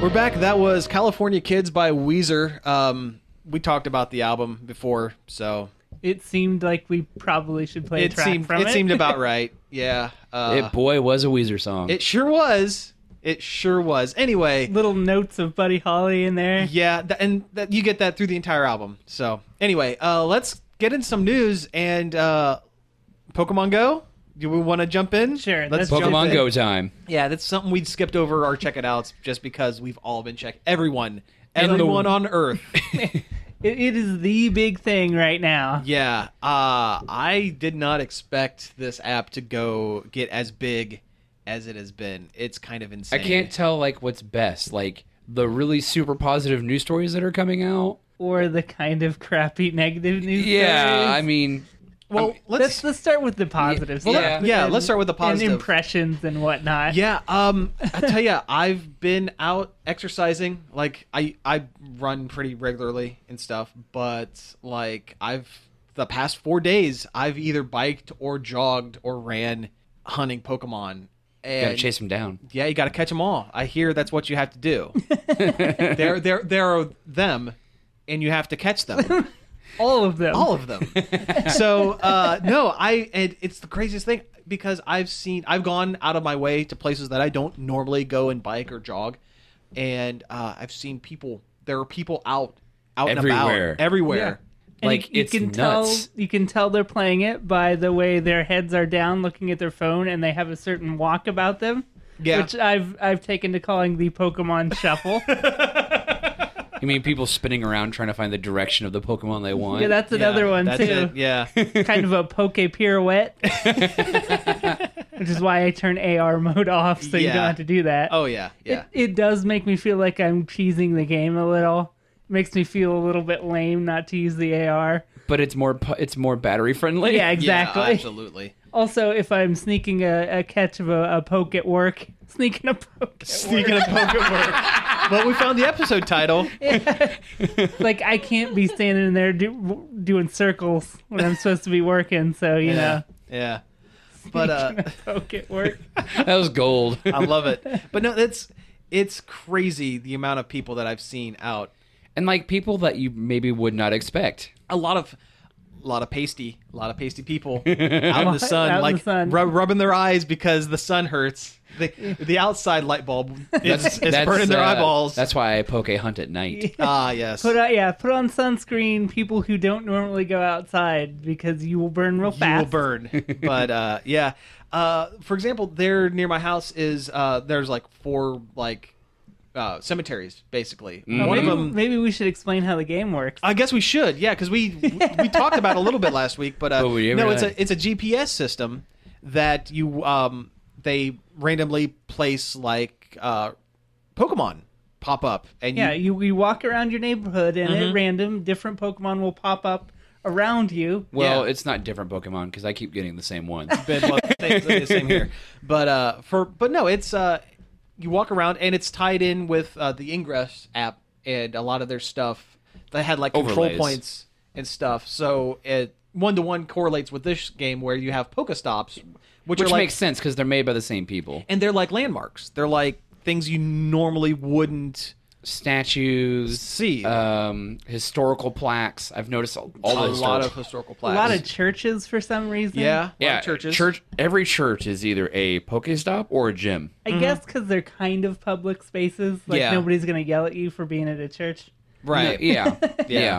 S1: We're back. That was California Kids by Weezer. Um, we talked about the album before, so
S2: It seemed like we probably should play a
S1: it
S2: track
S1: seemed
S2: from it.
S1: seemed about right. Yeah, uh,
S3: it boy was a Weezer song.
S1: it sure was. It sure was. Anyway,
S2: little notes of Buddy Holly in there.
S1: Yeah, th- and that you get that through the entire album. So anyway, uh, let's get in some news and uh, Pokemon Go. Do we want to jump in?
S2: Sure,
S1: let's
S2: let's
S1: jump
S3: Pokemon
S1: in.
S3: Go time.
S1: Yeah, that's something we skipped over our check it outs just because we've all been checked. Everyone,
S3: the-
S1: everyone on Earth.
S2: It, it is the big thing right now.
S1: yeah, uh, I did not expect this app to go get as big as it has been. It's kind of
S3: I
S1: insane.
S3: can't tell like what's best, like the really super positive news stories that are coming out.
S2: Or the kind of crappy negative news.
S3: Yeah,
S2: stories.
S3: I mean,
S1: Well, Um, let's
S2: let's let's start with the positives.
S3: well,
S2: stuff
S1: yeah,
S2: and-
S1: let's start with the positive.
S2: and impressions and whatnot.
S1: Yeah, um, I tell you, I've been out exercising. Like I, I run pretty regularly and stuff, but like I've the past four days, I've either biked or jogged or ran hunting Pokemon. And
S3: gotta chase them down.
S1: Yeah, you gotta catch them all. I hear that's what you have to do. there, there, there are them, and you have to catch them.
S2: all of them.
S1: all of them. so uh, no, I and it's the craziest thing because I've seen I've gone out of my way to places that I don't normally go and bike or jog, and uh, I've seen people. There are people out out
S3: Everywhere.
S1: and about everywhere.
S2: And
S3: Like, it's nuts.
S2: tell you can tell they're playing it by the way their heads are down, looking at their phone, and they have a certain walk about them.
S1: Yeah.
S2: which I've I've taken to calling the Pokemon Shuffle.
S3: You mean people spinning around trying to find the direction of the Pokemon they want?
S2: yeah, that's another
S1: Yeah,
S2: one
S1: that's
S2: too.
S1: it, Yeah.
S2: kind of a poke pirouette, which is why I turn AR mode off so you
S1: Yeah.
S2: don't have to do that.
S1: Oh yeah. Yeah.
S2: It, it does make me feel like I'm cheesing the game a little. makes me feel a little bit lame not to use the AR.
S3: but it's more pu- it's more battery friendly.
S1: Yeah,
S2: Yeah, exactly.
S1: absolutely.
S2: also, if I'm sneaking a, a catch of a, a poke at work, sneaking a poke, at work,
S1: Sneaking a poke at work. Well, we found the episode title.
S2: like I can't be standing there do, doing circles when I'm supposed to be working. So you
S1: Yeah.
S2: know,
S1: Yeah. But uh
S2: poke at work.
S3: that was gold.
S1: I love it. But no, that's it's crazy the amount of people that I've seen out.
S3: and like people that you maybe would not expect.
S1: A lot of a lot of pasty, a lot of pasty people out in the sun,
S2: Out in
S1: like
S2: the sun.
S1: rub- rubbing their eyes because the sun hurts. The, the outside light bulb is, is
S3: That's,
S1: burning their
S3: uh,
S1: eyeballs.
S3: That's why I poke hunt at night.
S1: ah yes.
S2: Put on, yeah, put on sunscreen. People who don't normally go outside because you will burn real
S1: you
S2: fast.
S1: will burn. but uh, yeah, uh, for example, there near my house is uh, there's like four like uh, cemeteries basically.
S2: Oh,
S1: One of
S2: maybe,
S1: them. Uh,
S2: maybe we should explain how the game works.
S1: I guess we should, yeah, because we we talked about it a little bit last week, but, uh,
S3: But we
S1: no,
S3: really-
S1: it's a it's a GPS system that you um they randomly place like uh, Pokemon pop up and
S2: yeah,
S1: you,
S2: you, you walk around your neighborhood and
S1: Mm-hmm.
S2: at random, different Pokemon will pop up around you.
S3: Well,
S1: Yeah.
S3: it's not different Pokemon because I keep getting the same ones.
S1: been well, same, same- same here. But uh, for but no, it's uh, you walk around and it's tied in with uh, the Ingress app and a lot of their stuff. They had like control
S3: Overlays.
S1: points and stuff, so it one to one correlates with this game where you have Pokestops, which, are
S3: Which
S1: like
S3: makes sense because they're made by the same people.
S1: and they're like landmarks. They're like things you normally wouldn't.
S3: Statues,
S1: See.
S3: um, historical plaques. I've noticed all, all
S1: a
S3: the
S1: lot
S3: historical-
S1: of historical
S2: A
S1: plaques.
S2: lot of churches for some reason.
S1: yeah, a lot of
S3: yeah,
S1: churches.
S3: Church. Every church is either a Pokestop or a gym.
S2: I guess because they're kind of public spaces. Like
S1: mm-hmm. Yeah.
S2: nobody's going to yell at you for being at a church.
S1: right?
S3: Yeah, yeah.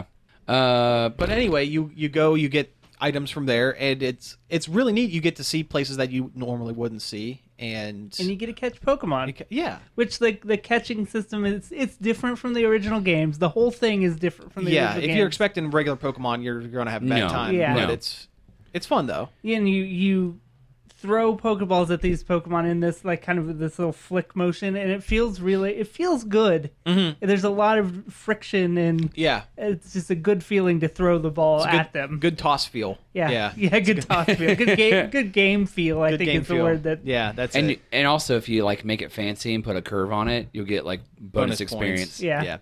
S3: Uh, but
S1: But anyway, you you go, you get items from there, and it's it's really neat. You get to see places that you normally wouldn't see, and,
S2: And you get to catch Pokemon,
S1: yeah,
S2: which like the catching system is it's different from the original games. The whole thing is different from the
S1: yeah.
S2: original
S1: If
S2: games.
S1: you're expecting regular Pokemon, you're, you're gonna have a bad
S3: No.
S1: time.
S2: Yeah.
S1: but
S3: No.
S1: it's it's fun though.
S2: Yeah, and you you throw pokeballs at these pokemon in this like kind of this little flick motion and it feels really it feels good mm-hmm. there's a lot of friction and
S1: Yeah,
S2: it's just a good feeling to throw the ball
S1: good,
S2: at them
S1: Good toss feel.
S2: yeah
S1: yeah,
S2: good toss feel good game good game feel i
S1: Good
S2: think
S1: game
S2: is
S1: feel.
S2: the word that
S1: yeah, that's
S3: and
S1: it.
S3: and also if you like make it fancy and put a curve on it, you'll get like bonus, experience.
S1: points.
S2: Yeah.
S1: yeah.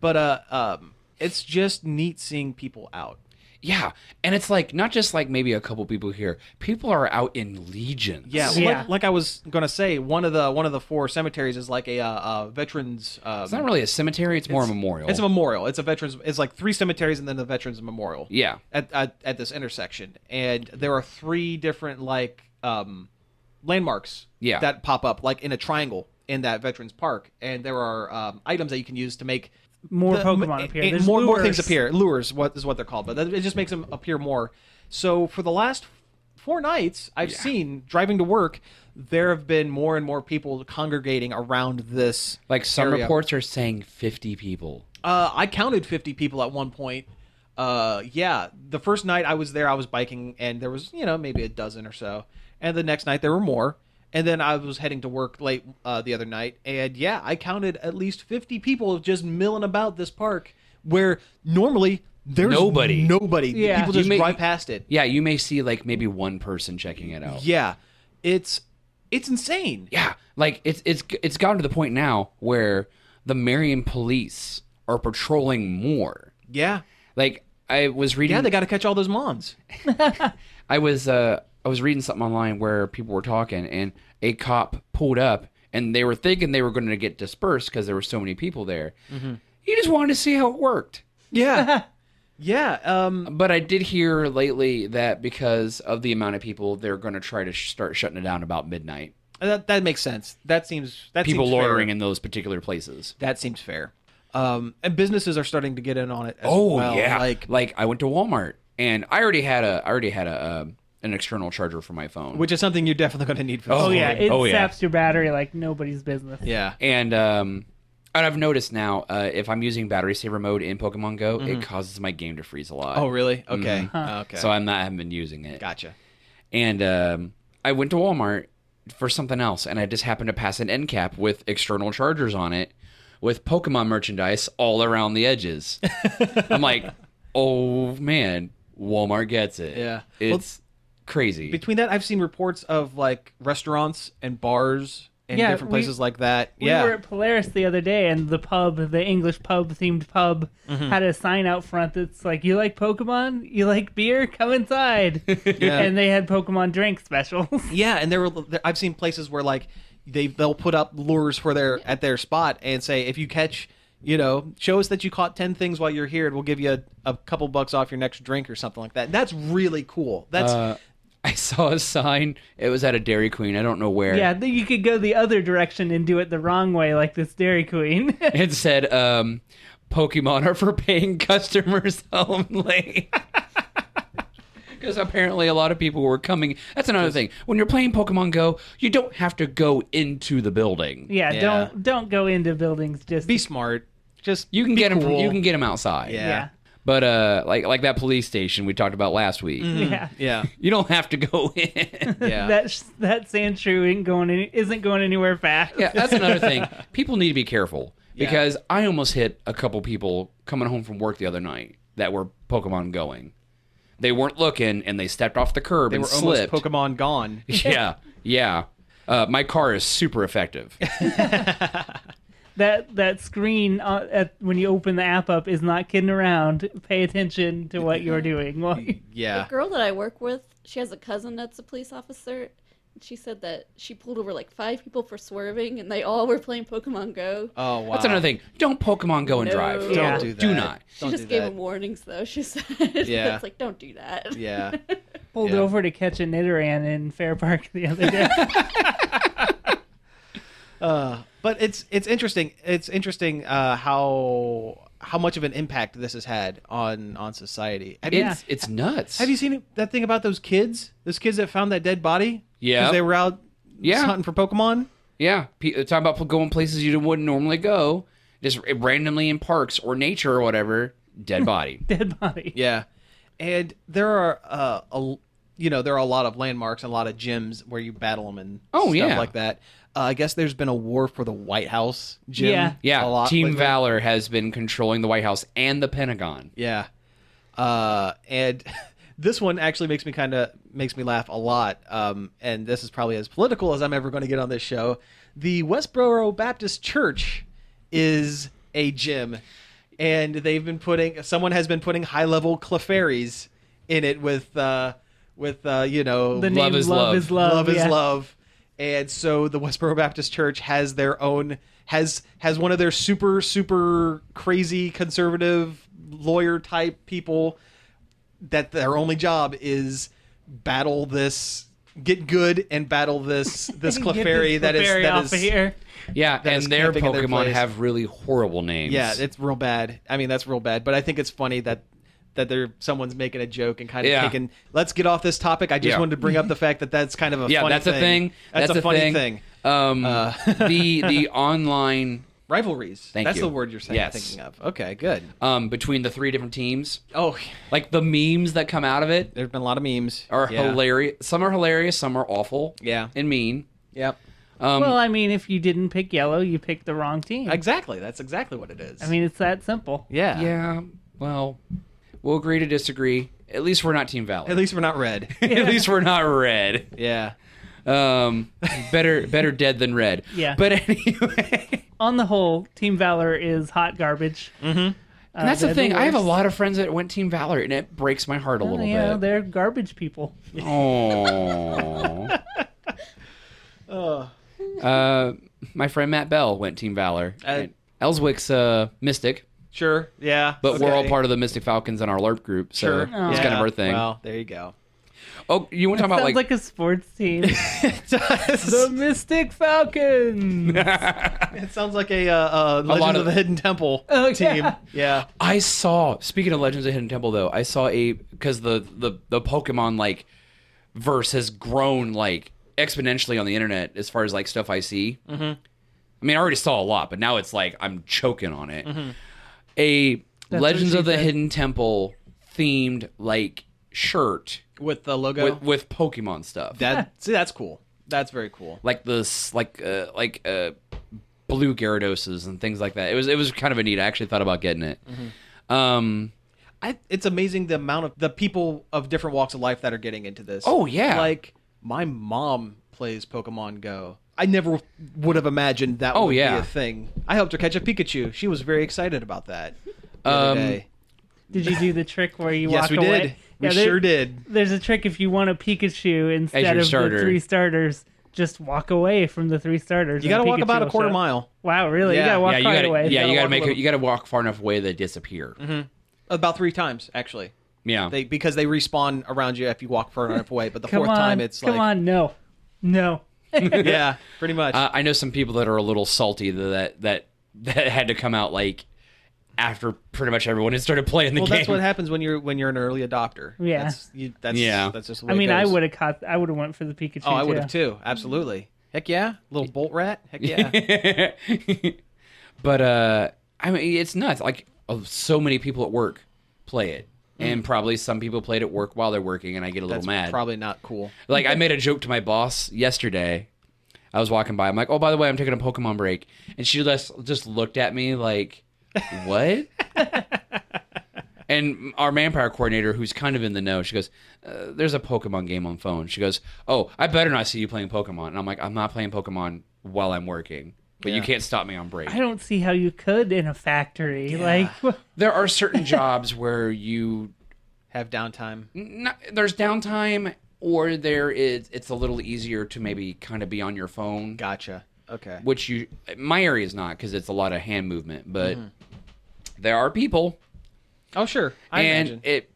S1: But uh, um, it's just neat seeing people out.
S3: Yeah, and it's like not just like maybe a couple people here. People are out in legions.
S1: Yeah,
S2: Yeah.
S1: Like, like I was gonna say, one of the one of the four cemeteries is like a uh, uh, veterans. Um,
S3: it's not really a cemetery. It's more a memorial.
S1: It's a memorial. It's a veterans. It's like three cemeteries and then the veterans memorial.
S3: Yeah.
S1: At at, at this intersection, and there are three different like um, landmarks.
S3: Yeah.
S1: That pop up like in a triangle in that veterans park, and there are um, items that you can use to make.
S2: more
S1: the-
S2: pokemon
S1: m-
S2: appear
S1: and
S2: there's
S1: more, more
S2: lures.
S1: things appear. Lures, what is what they're called, but that- it just makes them appear more. So for the last four nights, I've seen driving to work, there have been more and more people congregating around this.
S3: like some
S1: area.
S3: reports are saying fifty people.
S1: Uh, I counted 50 people at one point. Uh, yeah, the first night I was there, I was biking, and there was you know maybe a dozen or so. And the next night there were more. And then I was heading to work late uh, the other night, and yeah, I counted at least 50 people just milling about this park where normally there's
S3: Nobody.
S1: nobody.
S2: Yeah.
S1: people
S3: You
S1: just
S3: may-
S1: drive past it.
S3: Yeah, you may see like maybe one person checking it out.
S1: Yeah, it's it's insane.
S3: Yeah, like it's it's it's gotten to the point now where the Marion police are patrolling more.
S1: Yeah,
S3: Like I was reading.
S1: yeah, they got to catch all those mons.
S3: I was uh I was reading something online where people were talking and a cop pulled up and they were thinking they were going to get dispersed because there were so many people there.
S1: Mm-hmm.
S3: He just wanted to see how it worked.
S1: Yeah, yeah. Um,
S3: But I did hear lately that because of the amount of people, they're going to try to sh- start shutting it down about midnight.
S1: that that makes sense. That seems that
S3: People
S1: seems fair.
S3: loitering in those particular places.
S1: That seems fair. Um, and businesses are starting to get in on it. As
S3: Oh
S1: well.
S3: yeah,
S1: like
S3: like I went to Walmart and I already had a I already had a um an external charger for my phone.
S1: which is something you're definitely going to need for.
S3: Oh,
S2: Oh
S1: this.
S2: yeah, it
S3: oh, yeah.
S2: saps your battery like nobody's business.
S1: yeah.
S3: and um, and I've noticed now uh, if I'm using battery saver mode in Pokemon Go, it causes my game to freeze a lot.
S1: Mm-hmm. Oh really? Okay. Uh, Okay.
S3: So I'm not I haven't been using it.
S1: gotcha.
S3: and um, I went to Walmart for something else, and I just happened to pass an end cap with external chargers on it, with Pokemon merchandise all around the edges. I'm like, oh man, Walmart gets it.
S1: Yeah. Well,
S3: it's crazy.
S1: Between that, I've seen reports of like restaurants and bars and
S2: Yeah,
S1: different
S2: we-
S1: places like that.
S2: We
S1: yeah.
S2: were at Polaris the other day, and the pub, the English pub themed pub,
S1: Mm-hmm.
S2: had a sign out front that's like, "You like Pokemon? You like beer? Come inside!" And they had Pokemon drink specials.
S1: Yeah, and there were there, I've seen places where like they they'll put up lures for their at their spot and say if you catch you know show us that you caught 10 things while you're here and we'll give you a, a couple bucks off your next drink or something like that that's really cool that's
S3: Uh, I saw a sign. It was at a Dairy Queen. I don't know where.
S2: yeah, then you could go the other direction and do it the wrong way, like this Dairy Queen.
S3: It said, um, Pokemon are for paying customers only. Because apparently a lot of people were coming. That's another thing. When you're playing Pokemon Go, you don't have to go into the building.
S2: yeah,
S1: Yeah.
S2: don't don't go into buildings. Just
S1: be smart just
S3: You can
S1: be
S3: get 'em from
S1: cool.
S3: You can get them outside.
S2: yeah,
S1: Yeah.
S3: But uh, like like that police station we talked about last week.
S2: yeah.
S1: yeah Mm-hmm.
S3: You don't have to go in.
S1: yeah
S2: That sh- that Sandshrew isn't going any- isn't going anywhere fast.
S3: yeah, that's another thing. People need to be careful because I almost hit a couple people coming home from work the other night that were Pokemon going. They weren't looking and they stepped off the curb
S1: they
S3: and
S1: were
S3: slipped.
S1: almost pokemon gone
S3: yeah, yeah. Uh, my car is super effective.
S2: that that screen uh, at, when you open the app up is not kidding around. Pay attention to what you're doing. Well,
S1: yeah
S4: The girl that I work with, she has a cousin that's a police officer. and She said that she pulled over like five people for swerving, and they all were playing Pokemon Go.
S1: oh wow
S3: That's another thing. Don't Pokemon go and
S4: No.
S3: drive.
S4: Don't
S2: Yeah.
S1: do that
S3: Do not.
S4: she
S1: Don't
S4: just
S1: do
S4: gave
S1: that.
S4: them warnings, though. She said,
S1: Yeah.
S4: "It's like don't do that."
S1: yeah
S2: pulled
S1: Yeah.
S2: over to catch a Nidoran in Fair Park the other day.
S1: but it's it's interesting. It's interesting uh, how how much of an impact this has had on on society. Have, you-
S3: It's it's nuts.
S1: have you seen that thing about those kids? Those kids that found that dead body?
S3: Yeah.
S1: because they were out
S3: Yeah.
S1: hunting for Pokemon.
S3: Yeah, pe- talking about going places you wouldn't normally go, just randomly in parks or nature or whatever. Dead body.
S2: Dead body.
S1: Yeah, and there are uh, a you know there are a lot of landmarks and a lot of gyms where you battle them and
S3: Oh,
S1: stuff
S3: yeah.
S1: like that. Uh, I guess there's been a war for the White House gym.
S2: Yeah.
S3: Yeah,
S1: a lot
S3: Team
S1: lately.
S3: Valor has been controlling the White House and the Pentagon.
S1: Yeah. Uh, and this one actually makes me kind of makes me laugh a lot. Um, and this is probably as political as I'm ever going to get on this show. The Westboro Baptist Church is a gym, and they've been putting someone has been putting high level Clefairies in it with uh, with uh, you know
S2: The
S3: Love
S2: name
S3: is
S2: love
S3: love.
S2: is love.
S1: love
S2: yeah.
S1: is love and so the westboro baptist church has their own has has one of their super super crazy conservative lawyer type people that their only job is battle this get good and battle this this
S2: Get this
S1: clefairy that is
S2: Clefairy
S1: that
S2: off
S1: is
S2: of here.
S3: Yeah,
S1: That
S3: and
S1: is
S3: their
S1: camping in their
S3: Pokemon
S1: place.
S3: have really horrible names.
S1: yeah it's real bad i mean that's real bad but i think it's funny that that they're someone's making a joke and kind of
S3: Yeah.
S1: taking let's get off this topic i just
S3: Yeah.
S1: wanted to bring up the fact that that's kind of a
S3: yeah,
S1: funny
S3: that's a thing.
S1: that's, a,
S3: a
S1: funny thing. Uh.
S3: Um, the the online
S1: rivalries.
S3: Thank
S1: That's
S3: you.
S1: the word you're saying,
S3: Yes.
S1: thinking of. Okay, good.
S3: um, between the three different teams,
S1: Oh,
S3: like the memes that come out of it
S1: there's been a lot of memes.
S3: are
S1: yeah.
S3: hilarious. Some are hilarious, some are awful.
S1: Yeah.
S3: and mean.
S1: Yep.
S3: Um,
S2: Well, I mean, if you didn't pick yellow, you picked the wrong team. I,
S1: Exactly. That's exactly what it is.
S2: mean, it's that simple.
S1: yeah.
S3: yeah. Well, we'll agree to disagree. At least we're not Team Valor.
S1: At least we're not red.
S3: At least we're not red.
S1: yeah.
S3: Um, better better dead than red.
S2: Yeah. Uh,
S3: But anyway,
S2: On the whole, Team Valor is hot garbage.
S3: and that's the
S2: they're the
S3: thing. I have a
S2: worst.
S3: lot of friends that went Team Valor, and it breaks my heart a
S2: Oh,
S3: little
S2: you know,
S3: bit.
S2: they're garbage people.
S3: Oh. uh, my friend Matt Bell went Team Valor.
S1: Uh,
S3: Elswick's uh, Mystic,
S1: Sure. Yeah.
S3: but we're all part of the Mystic Falcons in our LARP group, so
S1: Sure.
S3: it's kind of
S1: Yeah.
S3: our thing.
S1: Well, there you go.
S3: Oh, you want to talk about
S2: Sounds
S3: like,
S2: like... a sports team. the Mystic Falcons.
S1: it sounds like a, uh, uh, Legend
S3: lot
S1: of,
S3: of-
S1: the Hidden Temple
S2: Oh,
S1: team.
S2: yeah.
S1: yeah.
S3: I saw. Speaking of Legends of Hidden Temple, though, I saw a because the the the Pokemon like verse has grown like exponentially on the internet as far as like stuff I see. Mm-hmm. I mean, I already saw a lot, but now it's like I'm choking on it. A
S2: what
S3: Legends
S2: she
S3: of the
S2: said.
S3: Hidden Temple themed like shirt
S1: with the logo.
S3: with, with Pokemon stuff,
S1: that see, that's cool. That's very cool.
S3: like this, like uh, like uh, blue Gyarados and things like that. It was it was kind of a neat. I actually thought about getting it. Um,
S1: I, it's amazing the amount of the people of different walks of life that are getting into this.
S3: Oh, yeah.
S1: like my mom plays Pokemon Go. I never would have imagined that
S3: Oh,
S1: would
S3: yeah.
S1: be a thing. I helped her catch a Pikachu. She was very excited about that. the other
S3: Um,
S1: day.
S2: Did you do the trick where you
S1: Yes,
S2: walk
S1: we
S2: away?
S1: did. We
S2: Yeah, there-
S1: sure did.
S2: There's a trick if you want a Pikachu
S3: your
S2: instead of
S3: starter.
S2: the three starters, just walk away from the three starters.
S1: You got to
S2: and
S1: walk
S2: Pikachu
S1: about a
S2: will
S1: quarter
S2: show up.
S1: mile,
S2: Wow, really?
S1: Yeah.
S2: You gotta walk
S3: yeah, you
S2: quite
S3: gotta,
S2: away.
S3: yeah, you
S1: gotta
S3: gotta
S1: walk
S3: make
S1: a
S3: it.
S1: little-
S3: You gotta walk far enough away they disappear.
S1: about three times actually.
S3: Yeah,
S1: They because they respawn around you if you walk far enough away. But the
S2: Come
S1: fourth
S2: on,
S1: time, it's
S2: come
S1: like
S2: on, no, no.
S1: yeah, pretty much.
S3: Uh, I know some people that are a little salty that that that had to come out like after pretty much everyone had started playing the
S1: well,
S3: game.
S1: that's what happens when you're when you're an early adopter.
S2: Yeah.
S1: that's, you, that's
S3: Yeah.
S1: That's just. The way
S2: I mean,
S1: it
S2: I
S1: goes.
S2: would have caught. I would have went for the Pikachu.
S1: Oh, I would have
S2: too.
S1: too. Absolutely. Heck yeah, little bolt rat. Heck yeah.
S3: but uh, I mean, it's nuts. Like oh, so many people at work play it, and probably some people play it at work while they're working, and I get a little
S1: Mm. That's
S3: mad.
S1: probably not cool.
S3: Like I made a joke to my boss yesterday. I was walking by. I'm like, "Oh, by the way, I'm taking a Pokemon break," and she just just looked at me like, "What?" and our manpower coordinator, who's kind of in the know, she goes, uh, "There's a Pokemon game on phone." She goes, "Oh, I better not see you playing Pokemon." And I'm like, "I'm not playing Pokemon while I'm working, but you can't stop me on break."
S2: I don't see how you could in a factory. Like, wh-
S3: There are certain jobs where you
S1: Have downtime.
S3: not, there's downtime, or there is it's a little easier to maybe kind of be on your phone.
S1: Gotcha. Okay.
S3: which you my area is not because it's a lot of hand movement but
S1: Mm-hmm.
S3: there are people
S1: Oh sure. I
S3: and
S1: imagine
S3: it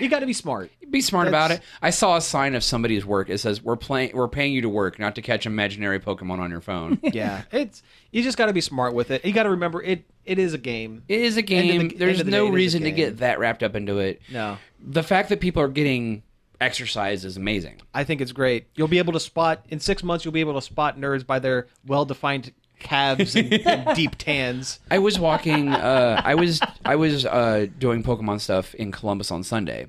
S1: you got to be smart.
S3: be smart about it
S1: That's-
S3: i saw a sign of somebody's work it says we're playing we're paying you to work not to catch imaginary pokemon on your phone it
S1: Yeah. It's you just got to be smart with it. You got to remember it. It is a game. of
S3: is a
S1: the-
S3: game
S1: end of
S3: there's
S1: the
S3: no
S1: day, it is a
S3: reason to
S1: game.
S3: get that wrapped up into it
S1: No.
S3: the fact that people are getting exercise is amazing
S1: I think it's great. You'll be able to spot in six months. You'll be able to spot nerds by their well-defined calves and, and deep tans.
S3: I was walking. Uh, I was I was uh, doing Pokemon stuff in Columbus on Sunday,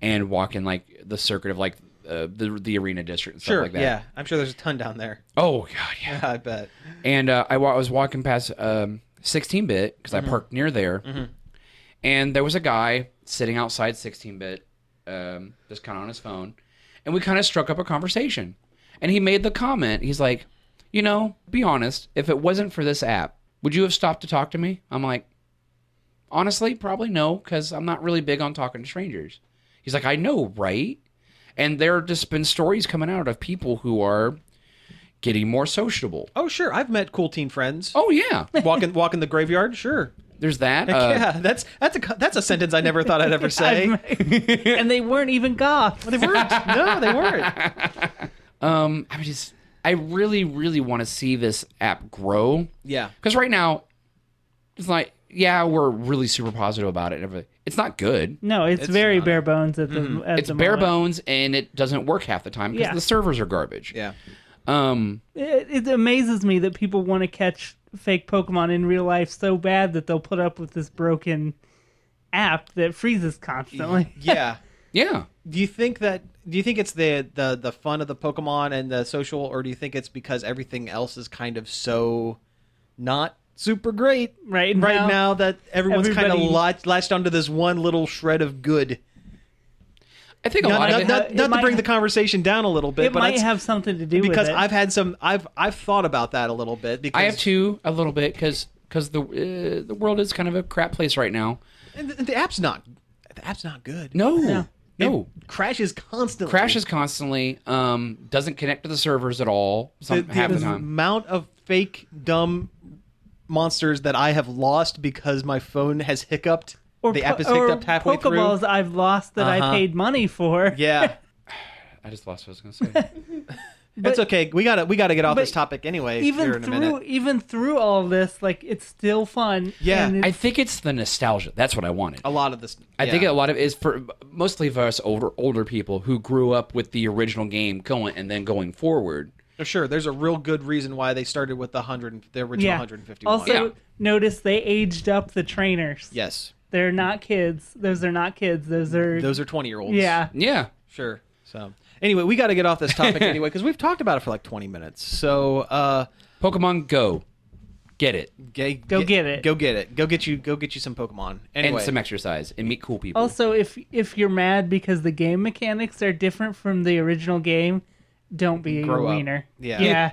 S3: and walking like the circuit of like uh, the the arena district and stuff
S1: Sure.
S3: like that.
S1: yeah. I'm sure there's a ton down there.
S3: Oh god, yeah.
S1: I bet.
S3: And uh, I, wa- I was walking past um, 16-bit because I parked near there, and there was a guy sitting outside 16-bit, um, just kind of on his phone, and we kind of struck up a conversation. And he made the comment. He's like, "You know, be honest. If it wasn't for this app, would you have stopped to talk to me?" I'm like, honestly, probably no, because I'm not really big on talking to strangers. He's like, I know, right? And there have just been stories coming out of people who are getting more sociable.
S1: Oh sure. I've met cool teen friends.
S3: Oh yeah,
S1: Walking, walking the graveyard. Sure.
S3: there's that.
S1: Heck
S3: Uh,
S1: yeah. That's that's a that's a sentence I never thought I'd ever say.
S2: and they weren't even goth.
S1: They weren't. No, they weren't.
S3: Um, I mean, just I really, really want to see this app grow
S1: Yeah.
S3: because right now, it's like yeah, we're really super positive about it. and everything. It's not good.
S2: No, it's,
S1: It's
S2: very
S1: not. Mm-hmm.
S2: bare bones at the. At
S3: It's
S2: the
S3: bare
S2: moment.
S3: bones and it doesn't work half the time because
S2: Yeah.
S3: the servers are garbage.
S1: Yeah.
S3: Um,
S2: It, it amazes me that people want to catch fake Pokemon in real life so bad that they'll put up with this broken app that freezes constantly.
S1: Yeah.
S3: yeah.
S1: Do you think that? Do you think it's the the the fun of the Pokemon and the social, or do you think it's because everything else is kind of so not super great
S2: Right
S1: right
S2: now-
S1: now, that everyone's kind
S2: everybody-
S1: of latched, latched onto this one little shred of good?
S3: I think a
S1: Not,
S3: lot
S1: not,
S3: of it,
S1: not,
S2: it
S1: not to
S2: might-
S1: bring the conversation down a little bit,
S2: It
S1: but
S2: might
S1: that's
S2: have something to do
S1: because
S2: with it.
S1: I've had some. I've I've thought about that a little bit because
S3: I have too a little bit because the uh, the world is kind of a crap place right now.
S1: and the, the app's not the app's not good.
S3: No, no,
S1: It crashes constantly.
S3: crashes constantly. Um, doesn't connect to the servers at all. Some, half the
S1: the
S3: time.
S1: amount of fake dumb monsters that I have lost because my phone has hiccuped. the
S2: po-
S1: app is hiccuped
S2: or
S1: halfway
S2: Pokeballs
S1: through.
S2: I've lost that I
S1: Uh-huh.
S2: paid money for.
S1: Yeah,
S3: I just lost what I was gonna say.
S2: But-
S1: it's okay. We gotta we gotta get off
S2: but
S1: this topic anyway. here
S2: even
S1: in a
S2: through
S1: minute.
S2: even through all this, like it's still fun.
S1: Yeah.
S2: and
S3: I
S2: it's-
S3: think it's the nostalgia. That's what I wanted.
S1: a lot of this.
S3: I think
S1: Oh, yeah.
S3: a lot of it is for mostly for us older older people who grew up with the original game going and then going forward.
S1: For sure. There's a real good reason why they started with the hundred, and- the original
S2: yeah.
S1: 151.
S2: Also,
S3: Yeah.
S2: notice they aged up the trainers.
S1: yes,
S2: They're not kids. Those are not kids. Those are
S1: those are 20 year olds.
S2: yeah.
S3: Yeah.
S1: sure. So anyway, we got to get off this topic anyway because we've talked about it for like 20 minutes. So uh,
S3: Pokemon Go. Get it.
S1: ga-
S2: Go get it.
S1: Go get it. Go get you. Go get you some Pokemon. Anyway,
S3: And some exercise and meet cool people.
S2: Also, if if you're mad because the game mechanics are different from the original game, don't be
S1: Grow
S2: a
S1: up.
S2: wiener.
S1: Yeah.
S2: yeah.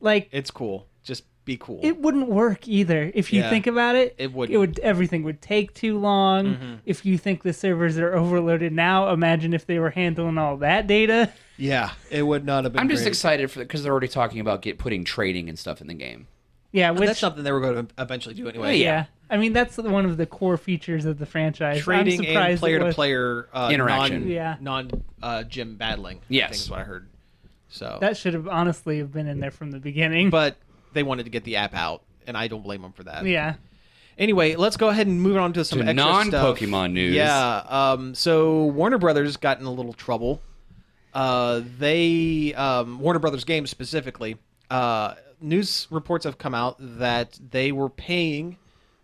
S2: Like
S1: it's cool. Just be cool.
S2: it wouldn't work either if you
S1: Yeah.
S2: think about it.
S1: It wouldn't. Mm-hmm.
S2: It would. Everything would take too long. If you think the servers are overloaded now, imagine if they were handling all that data.
S1: yeah, it would not have been.
S3: I'm just
S1: great.
S3: excited for because they're already talking about get putting trading and stuff in the game.
S2: Yeah, which
S1: Oh, That's something they were going to eventually do anyway.
S3: yeah.
S2: yeah. I mean that's one of the core features of the franchise. I'm
S1: trading
S2: surprised
S1: and
S2: it
S1: player to
S2: was-
S1: player uh,
S3: Interaction.
S1: non,
S2: Yeah.
S1: non uh, gym battling. I
S3: Yes.
S1: think is what I heard. So
S2: That should have honestly have been in there from the beginning.
S1: but they wanted to get the app out, and I don't blame them for that.
S2: yeah,
S1: Anyway, let's go ahead and move on to some
S3: To
S1: extra stuff.
S3: non-Pokemon news.
S1: Yeah. Um. So Warner Brothers got in a little trouble. Uh. They um. Warner Brothers Games specifically. Uh. News reports have come out that they were paying.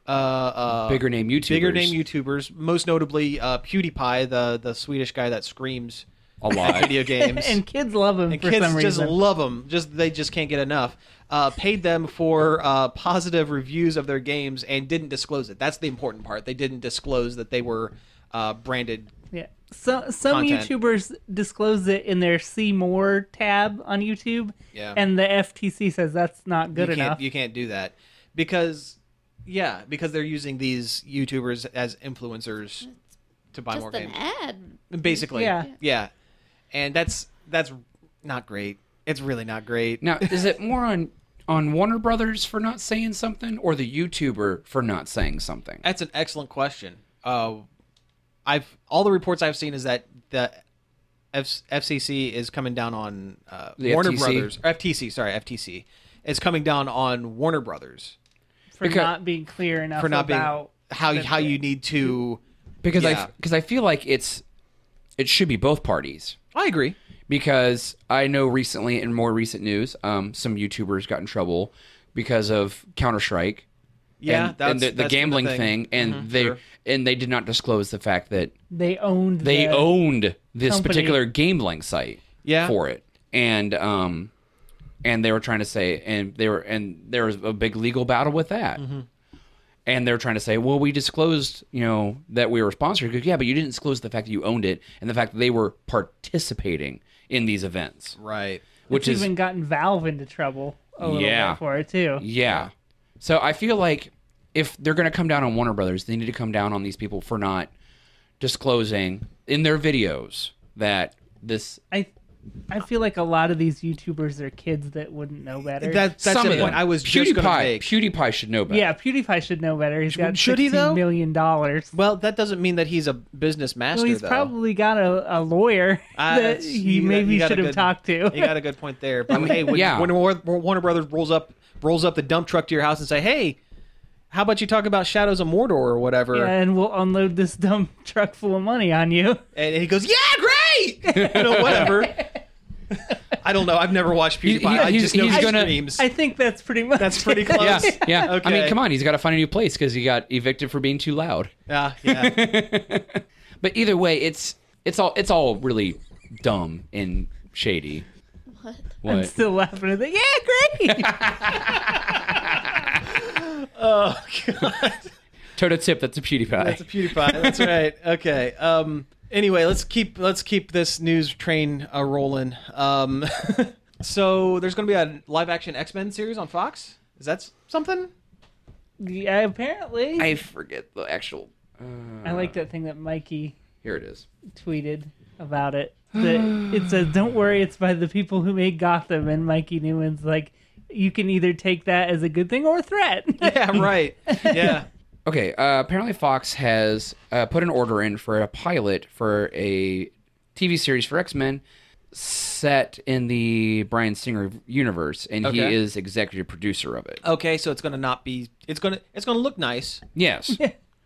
S1: Uh. uh
S3: Bigger name YouTubers.
S1: Bigger name YouTubers, most notably uh, PewDiePie, the the Swedish guy that screams
S3: a
S1: at
S3: lot.
S1: video games,
S2: and kids love them
S1: and
S2: for
S1: kids
S2: some
S1: just
S2: reason.
S1: love them. Just they just can't get enough. Uh, paid them for uh, positive reviews of their games and didn't disclose it. That's the important part. They didn't disclose that they were uh, branded.
S2: yeah, so, some
S1: Content.
S2: YouTubers disclose it in their "See More" tab on YouTube,
S1: Yeah.
S2: and the FTC says that's not good
S1: you
S2: enough.
S1: Can't, you can't do that because, yeah, because they're using these YouTubers as influencers to buy more
S4: Just an
S1: games.
S4: ad.
S1: Basically,
S2: Yeah.
S1: yeah, and that's that's not great. It's really not great.
S3: now, is it more on on Warner Brothers for not saying something or the YouTuber for not saying something?
S1: That's an excellent question. Uh, I've all the reports I've seen is that the F- FCC is coming down on uh,
S3: The
S1: Warner
S3: FTC?
S1: Brothers. Or FTC, sorry, FTC is coming down on Warner Brothers
S2: for
S3: Because-
S2: not being clear enough
S1: for not
S2: about
S1: being how how you need to.
S3: Because I
S1: Yeah.
S3: because I feel like it's it should be both parties.
S1: I agree.
S3: because I know recently in more recent news, um, some YouTubers got in trouble because of Counter Strike.
S1: Yeah,
S3: and,
S1: that's,
S3: and the, the
S1: that's
S3: gambling thing, and they
S1: Mm-hmm. sure.
S3: and they did not disclose the fact that
S2: they owned
S3: they
S2: the,
S3: owned this
S2: Company.
S3: particular gambling site
S1: Yeah.
S3: for it, and um, and they were trying to say, and they were, and there was a big legal battle with that.
S2: Mm-hmm.
S3: And they were trying to say, well, we disclosed, you know, that we were sponsored. Because, yeah, but you didn't disclose the fact that you owned it and the fact that they were participating in these events
S1: Right.
S3: which
S2: it's
S3: is
S2: even gotten Valve into trouble a little
S3: Yeah.
S2: bit for it too.
S3: yeah. So I feel like if they're going to come down on Warner Brothers, they need to come down on these people for not disclosing in their videos that this
S2: I I feel like a lot of these YouTubers are kids that wouldn't know better.
S1: That, uh, that's
S3: some
S1: the
S3: of
S1: point
S3: them-
S1: I was just going to
S3: PewDiePie.
S1: make.
S3: PewDiePie should know better.
S2: yeah, PewDiePie should know better. He's got
S1: Should he, though?
S2: $16 million dollars.
S1: Well, that doesn't mean that he's a business master.
S2: Well, he's
S1: though.
S2: probably got a, a lawyer
S1: Ah,
S2: that
S1: that's-
S2: he
S1: you got-
S2: maybe
S1: you got a
S2: should have
S1: good-
S2: talked to.
S1: You got a good point there. But hey, when,
S3: Yeah.
S1: when War- Warner Brothers rolls up rolls up the dump truck to your house and say, "Hey, how about you talk about Shadows of Mordor or whatever?"
S2: Yeah, and we'll unload this dumb truck full of money on you.
S1: And he goes, "Yeah, great." you know, whatever. I don't know. I've never watched PewDiePie.
S3: He- he-
S1: I
S3: he's-
S1: just know
S3: he's
S1: his
S3: gonna-
S1: streams.
S2: I think that's pretty much.
S1: That's pretty
S2: it.
S1: close.
S3: yeah, yeah. I
S1: Okay.
S3: mean, come on, he's got to find a new place because he got evicted for being too loud.
S1: Yeah, yeah.
S3: But either way, it's it's all it's all really dumb and shady.
S4: What?
S2: I'm
S3: What?
S2: still laughing at that. Yeah, great.
S1: Oh god.
S3: Toto tip. That's a PewDiePie.
S1: That's a PewDiePie. That's right. Okay. Um. Anyway, let's keep let's keep this news train uh, rolling. Um. so there's going to be a live action X Men series on Fox. Is that s- something?
S2: yeah, apparently. I,
S3: I forget the actual.
S2: like that thing that Mikey
S3: Here it is.
S2: tweeted about it. That it says, "Don't worry, it's by the people who made Gotham." And Mikey Newman's like, "You can either take that as a good thing or a threat."
S1: Yeah. Right. Yeah.
S3: Okay, uh, apparently Fox has uh, put an order in for a pilot for a TV series for X Men set in the Brian Singer universe, and
S1: Okay.
S3: he is executive producer of it.
S1: Okay, so it's gonna not be. It's gonna it's gonna look nice
S3: Yes.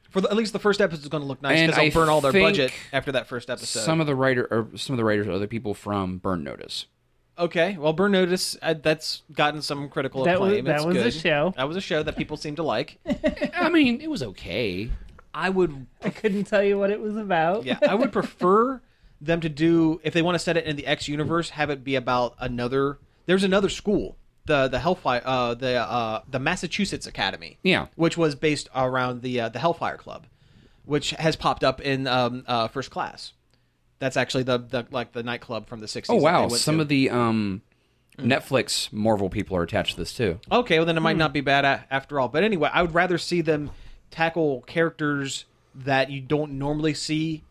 S1: for the, at least the first episode is gonna look nice
S3: And
S1: because they'll
S3: I
S1: burn all their
S3: think
S1: budget after that first episode.
S3: Some of the writer or some of the writers are other people from Burn Notice.
S1: okay, well, burn notice uh, that's gotten some critical
S2: That was-
S1: acclaim.
S2: that
S1: it's
S2: was a
S1: good.
S2: show.
S1: That was a show that people seem to like.
S3: I mean, it was okay.
S1: I would
S2: I couldn't tell you what it was about.
S1: Yeah, I would prefer them to do if they want to set it in the X universe, have it be about another. There's another school, the the Hellfire, uh, the uh, the Massachusetts Academy.
S3: Yeah.
S1: which was based around the uh, the Hellfire Club, which has popped up in um, uh, First Class. That's actually the, the like the nightclub from the 60s.
S3: Oh
S1: that they
S3: wow,
S1: went
S3: some
S1: to.
S3: of the um, Netflix Marvel people are attached to this too.
S1: Okay, well then it
S2: Hmm.
S1: might not be bad a- after all. But anyway, I would rather see them tackle characters that you don't normally see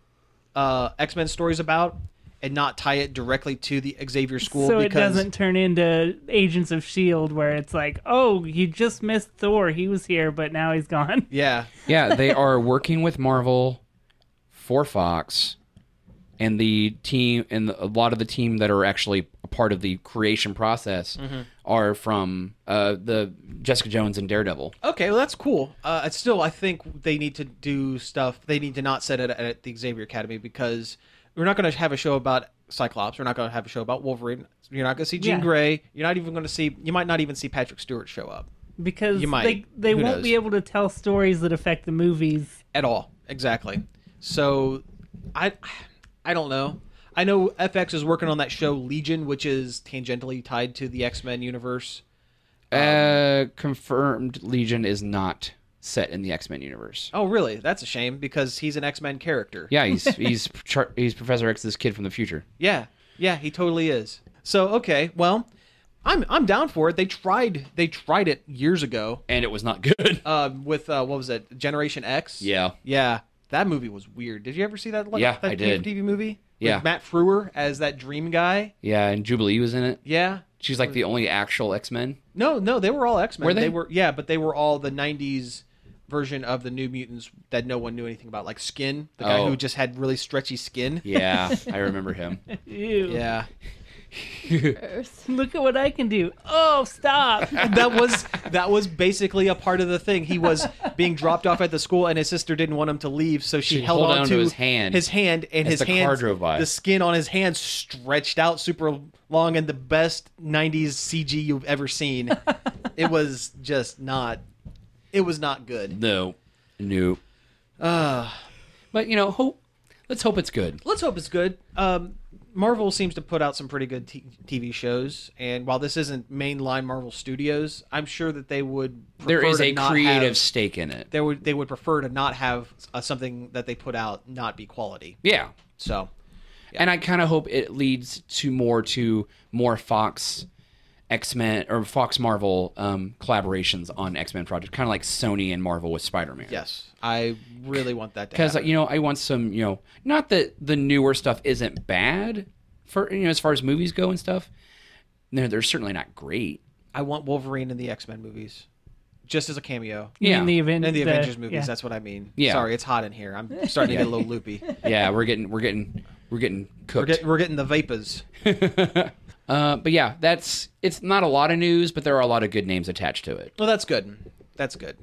S1: uh, X Men stories about, and not tie it directly to the Xavier School.
S2: so it
S1: because
S2: doesn't turn into Agents of Shield, E where it's like, oh, you just missed Thor. He was here, but now he's gone.
S1: Yeah,
S3: Yeah, they are working with Marvel for Fox, and the team and a lot of the team that are actually a part of the creation process are from uh, the Jessica Jones and Daredevil.
S1: Okay, well that's cool. Uh, it's still, I think they need to do stuff. They need to not set it at the Xavier Academy because we're not going to have a show about Cyclops. We're not going to have a show about Wolverine. You're not going to see Jean
S2: Yeah.
S1: Grey. You're not even going to see. You might not even see Patrick Stewart show up
S2: because
S1: You might.
S2: they they
S1: Who
S2: won't
S1: knows?
S2: be able to tell stories that affect the movies.
S1: at all. Exactly. So, I, I don't know. I know FX is working on that show Legion, which is tangentially tied to the X Men universe.
S3: uh, confirmed Legion is not set in the X Men universe.
S1: Oh, really? That's a shame because he's an X Men character.
S3: Yeah, he's he's Char- he's Professor X, this kid from the future.
S1: Yeah, yeah, he totally is. So okay, well, I'm I'm down for it. They tried they tried it years ago
S3: and it was not good.
S1: uh, with uh, what was it Generation X?
S3: Yeah.
S1: yeah, that movie was weird. Did you ever see that? Like,
S3: Yeah,
S1: that
S3: I did.
S1: TV movie. With
S3: Yeah.
S1: Matt Frewer as that dream guy.
S3: yeah, and Jubilee was in it.
S1: Yeah.
S3: She's like the only actual X Men.
S1: No, no, they were all X Men.
S3: Were they?
S1: were yeah, but they were all the '90s version of the New Mutants that no one knew anything about, like Skin, the guy
S3: Oh.
S1: who just had really stretchy skin.
S3: Yeah, I remember him.
S2: Ew.
S1: Yeah.
S4: Earth.
S2: Look at what I can do. Oh, stop.
S1: that was that was basically a part of the thing. He was being dropped off at the school, and his sister didn't want him to leave, so she,
S3: She
S1: held
S3: held
S1: on
S3: onto his hand
S1: his hand, and
S3: as
S1: his
S3: the car
S1: hand,
S3: drove by.
S1: the skin on his hand stretched out super long, and the best '90s CG you've ever seen. it was just not. It was not good.
S3: No, no. but you know, hope. Let's hope it's good.
S1: Let's hope it's good. Um, Marvel seems to put out some pretty good t- TV shows, and while this isn't mainline Marvel Studios, I'm sure that they would.
S3: There
S1: prefer
S3: is
S1: to
S3: a
S1: not
S3: creative
S1: have-
S3: stake in it.
S1: they would they would prefer to not have uh, something that they put out not be quality.
S3: Yeah,
S1: So
S3: and I kind of hope it leads to more to more Fox X Men or Fox Marvel um, collaborations on X Men projects, kind of like Sony and Marvel with Spider Man.
S1: yes, I really want that to
S3: because
S1: happen.
S3: you know I want some you know not that the newer stuff isn't bad for you know as far as movies go and stuff. No, they're certainly not great.
S1: I want Wolverine in the X Men movies, just as a cameo.
S3: Yeah,
S2: In Mm, the event,
S1: In the Avengers movies,
S2: yeah.
S1: that's what I mean.
S3: Yeah.
S1: Sorry, it's hot in here. I'm starting to get a little loopy.
S3: yeah, we're getting we're getting we're getting
S1: We're,
S3: cooked.
S1: get, we're getting the vapors.
S3: uh, but yeah, that's it's not a lot of news, but there are a lot of good names attached to it.
S1: Well, that's good. That's good.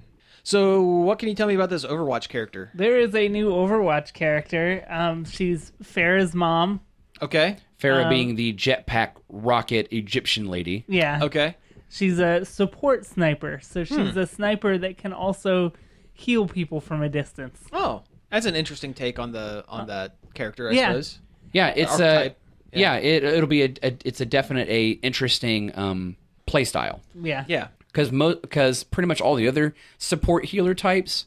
S1: So, what can you tell me about this Overwatch character?
S2: There is a new Overwatch character. Um, she's Farah's mom.
S1: Okay.
S3: Farah being the jetpack rocket Egyptian lady.
S2: Yeah.
S1: Okay. Hmm.
S2: She's a support sniper. So she's a sniper that can also heal people from a distance.
S1: Oh, that's an interesting take on the on that character. I
S2: Yeah.
S1: suppose.
S3: Yeah, it's a
S1: archetype,
S3: yeah, it, it'll be a, a it's a definite a interesting um, play style.
S2: Yeah.
S1: Yeah.
S3: because because pretty much all the other support healer types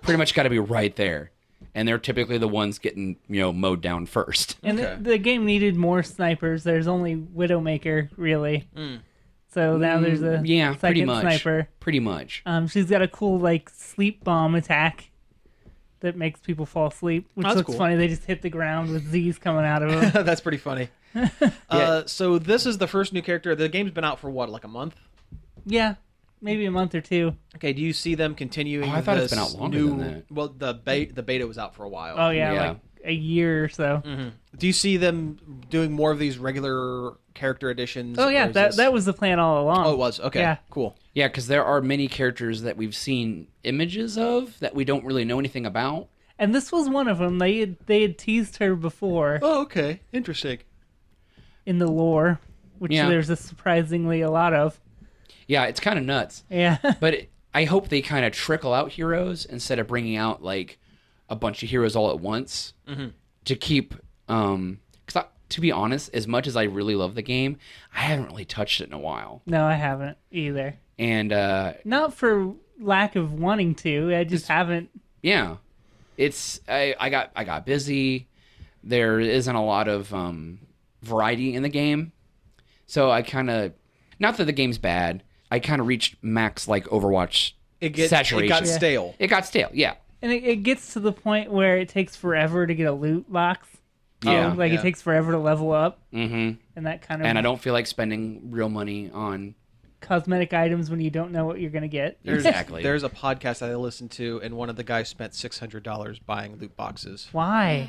S3: pretty much got to be right there and they're typically the ones getting you know mowed down first
S2: And the-
S1: Okay.
S2: the, game needed more snipers. There's only Widowmaker, really.
S1: Hmm.
S2: So now there's
S1: Mm,
S2: a
S3: yeah
S2: second
S3: pretty much
S2: sniper.
S3: pretty much
S2: Um, she's got a cool like sleep bomb attack that makes people fall asleep, which
S1: That's
S2: looks
S1: cool.
S2: funny. They just hit the ground with Z's coming out of them.
S1: That's pretty funny. uh, so this is the first new character. The game's been out for what, like a month?
S2: yeah, maybe a month or two.
S1: Okay. Do you see them continuing?
S3: Oh, I thought it's
S1: this
S3: been out longer
S1: new,
S3: than that.
S1: Well, the beta the beta was out for a while.
S2: Oh yeah,
S3: Yeah.
S2: like a year or so.
S1: Do you see them doing more of these regular character editions?
S2: Oh yeah,
S1: or is
S2: that
S1: this-
S2: that was the plan all along.
S1: Oh, it was okay.
S2: Yeah.
S1: Cool.
S3: Yeah, because there are many characters that we've seen images of that we don't really know anything about.
S2: and this was one of them. They had, they had teased her before
S1: Oh, okay. Interesting.
S2: in the lore, which
S3: Yeah.
S2: there's a surprisingly a lot of.
S3: Yeah, it's kind of nuts.
S2: Yeah,
S3: But it, I hope they kind of trickle out heroes instead of bringing out like a bunch of heroes all at once
S1: Mm-hmm.
S3: to keep. Um, cause I, to be honest, as much as I really love the game, I haven't really touched it in a while,
S2: no, I haven't either.
S3: and uh,
S2: Not for lack of wanting to. I just haven't.
S3: yeah, it's I, I got I got busy. There isn't a lot of um, variety in the game, so I kind of not that the game's bad. I kind of reached max like Overwatch
S1: It gets
S3: saturation.
S1: it got stale.
S3: It got stale. Yeah.
S2: And it, it gets to the point where it takes forever to get a loot box.
S1: Oh,
S2: You
S3: Yeah.
S2: know, Oh, like
S1: yeah.
S2: it takes forever to level up
S3: Mm-hmm.
S2: and that kind of
S3: And I don't feel like spending real money on
S2: cosmetic items when you don't know what you're gonna get.
S3: exactly.
S1: There's a podcast that I listened to, and one of the guys spent six hundred dollars buying loot boxes.
S2: Why?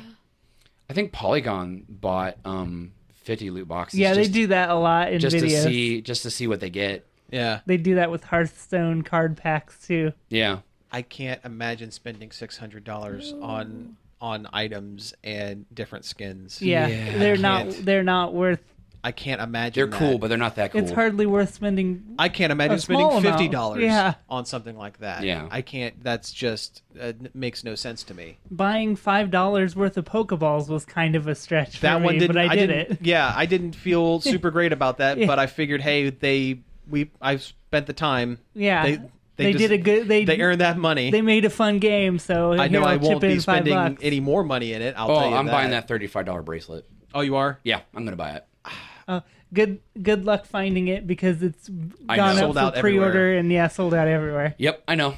S3: I think Polygon bought um 50 loot boxes.
S2: yeah, they
S3: just,
S2: do that a lot in
S3: just to
S2: videos.
S3: see just to see what they get.
S1: Yeah,
S2: They do that with Hearthstone card packs too.
S3: Yeah.
S1: I can't imagine spending six hundred dollars on on items and different skins.
S2: Yeah,
S3: Yeah,
S2: they're
S3: I
S2: not.
S1: can't.
S2: They're not worth.
S1: I can't imagine. that.
S3: They're cool, but they're not that cool.
S2: It's hardly worth spending.
S1: I can't imagine
S2: A
S1: spending
S2: small amount.
S1: fifty dollars
S2: Yeah.
S1: on something like that.
S3: Yeah.
S1: I can't. That's just uh, n- makes no sense to me.
S2: Buying five dollars worth of Pokeballs was kind of a stretch for
S1: That
S2: me,
S1: one didn't.
S2: but I did
S1: didn't-
S2: it.
S1: Yeah, I didn't feel super great about that,
S2: Yeah.
S1: but I figured, hey, they we I've spent the time.
S2: Yeah,
S1: They
S2: they,
S1: they, just-
S2: did a good. They
S1: They earned that money.
S2: Mm-hmm. They made a fun game, so
S1: I know
S2: here,
S1: I
S2: I'll
S1: won't
S2: chip in
S1: be
S2: five
S1: spending
S2: bucks.
S1: any more money in it. I'll
S3: oh,
S1: tell you
S3: I'm buying that $35 bracelet.
S1: Oh, you are.
S3: Yeah, I'm going to buy it.
S2: Uh, good good luck finding it because it's gone
S3: I
S2: up
S3: know.
S1: Sold
S2: for
S1: out
S2: pre-order
S1: everywhere.
S2: and yeah, sold out everywhere.
S3: Yep, I know.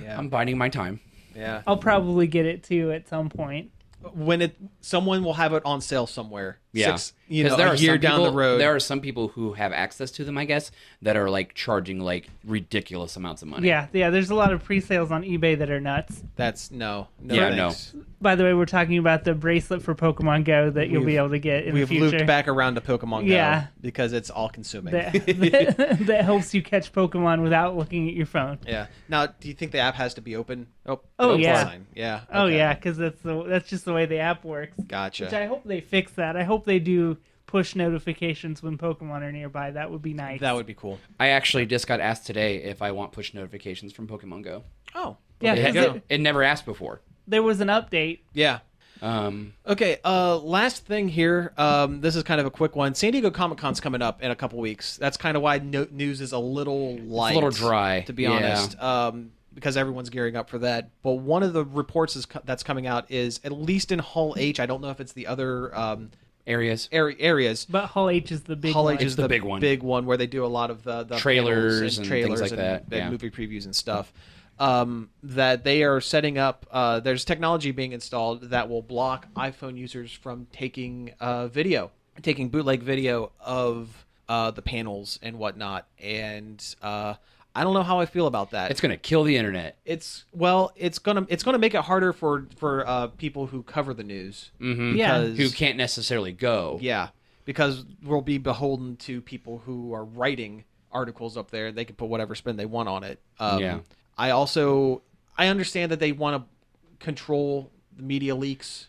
S1: Yeah.
S3: I'm biding my time.
S1: yeah.
S2: I'll probably get it too at some point.
S1: Uh, when it someone will have it on sale somewhere.
S3: Yeah.
S1: Six, you
S3: 'Cause
S1: know,
S3: there
S1: a
S3: are
S1: year
S3: some
S1: down the
S3: people-
S1: road.
S3: There are some people who have access to them, I guess, that are like charging like ridiculous amounts of money.
S2: Yeah, yeah. There's a lot of pre-sales on eBay that are nuts.
S1: That's no, no,
S3: Yeah,
S1: thanks.
S2: By the way, we're talking about the bracelet for Pokemon Go that you'll be
S1: We've-
S2: able to get in the
S1: We've
S2: future.
S1: looped back around to Pokemon Go
S2: Yeah.
S1: because it's all consuming.
S2: that, that, that helps you catch Pokemon without looking at your phone.
S1: yeah. Now, do you think the app has to be open? Oh,
S2: Oh,
S1: that's
S2: yeah.
S1: fine. Yeah.
S2: Oh
S1: okay.
S2: yeah, because that's the, that's just the way the app works. Which
S1: Gotcha.
S2: I hope they fix that. I hope they do push notifications when Pokemon are nearby. That would be nice.
S1: That would be cool.
S3: I actually just got asked today if I want push notifications from Pokemon Go.
S1: Oh,
S2: yeah.
S3: It,
S1: there you
S3: had,
S2: Because
S3: it, never asked before.
S2: there was an update.
S1: yeah.
S3: Um,
S1: Okay, uh, last thing here. Um, this is kind of a quick one. San Diego Comic Con's coming up in a couple weeks. That's kind of why no- news is a little light,
S3: little dry,
S1: to be
S3: yeah.
S1: honest, um, because everyone's gearing up for that. But one of the reports is co- that's coming out is at least in Hall H. I don't know if it's the other um,
S3: areas.
S1: are- areas.
S2: But Hall H is the big
S1: Hall
S2: one.
S1: H is
S3: It's the big one.
S1: big one where they do a lot of the, the
S3: Trailers
S1: panels
S3: and things
S1: trailers
S3: like
S1: and,
S3: that,
S1: and
S3: yeah.
S1: movie previews and stuff. Um, that they are setting up. Uh, there's technology being installed that will block iPhone users from taking uh, video, taking bootleg video of uh, the panels and whatnot. And uh, I don't know how I feel about that
S3: It's gonna kill the internet.
S1: it's well it's gonna it's gonna make it harder for for uh people who cover the news mm-hmm.
S2: Yeah.
S1: because
S3: Mm. Who can't necessarily go?
S1: yeah because we'll be beholden to people who are writing articles up there they can put whatever spin they want on it um,
S3: Yeah.
S1: i also i understand that they want to control the media leaks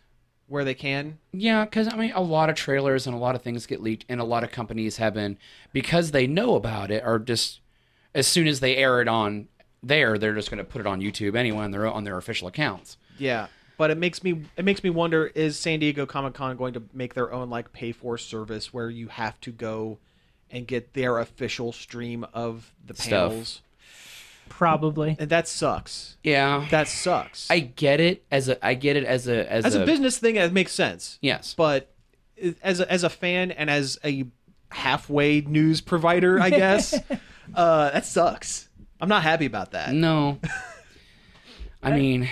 S1: where they can
S3: Yeah, because I mean, a lot of trailers and a lot of things get leaked, and a lot of companies have been because they know about it, are just as soon as they air it on there, they're just gonna put it on YouTube anyway on their on their official accounts.
S1: yeah but it makes me it makes me wonder is san diego comic-con going to make their own like pay for service where you have to go and get their official stream of the
S3: Stuff.
S1: panels
S2: Probably.
S1: and that sucks.
S3: Yeah,
S1: That sucks.
S3: I uh, get it as a I get it as a as,
S1: as a business thing, it makes sense.
S3: Yes,
S1: but as a, as a fan and as a halfway news provider, I guess uh, that sucks. I'm not happy about that.
S3: no. I mean,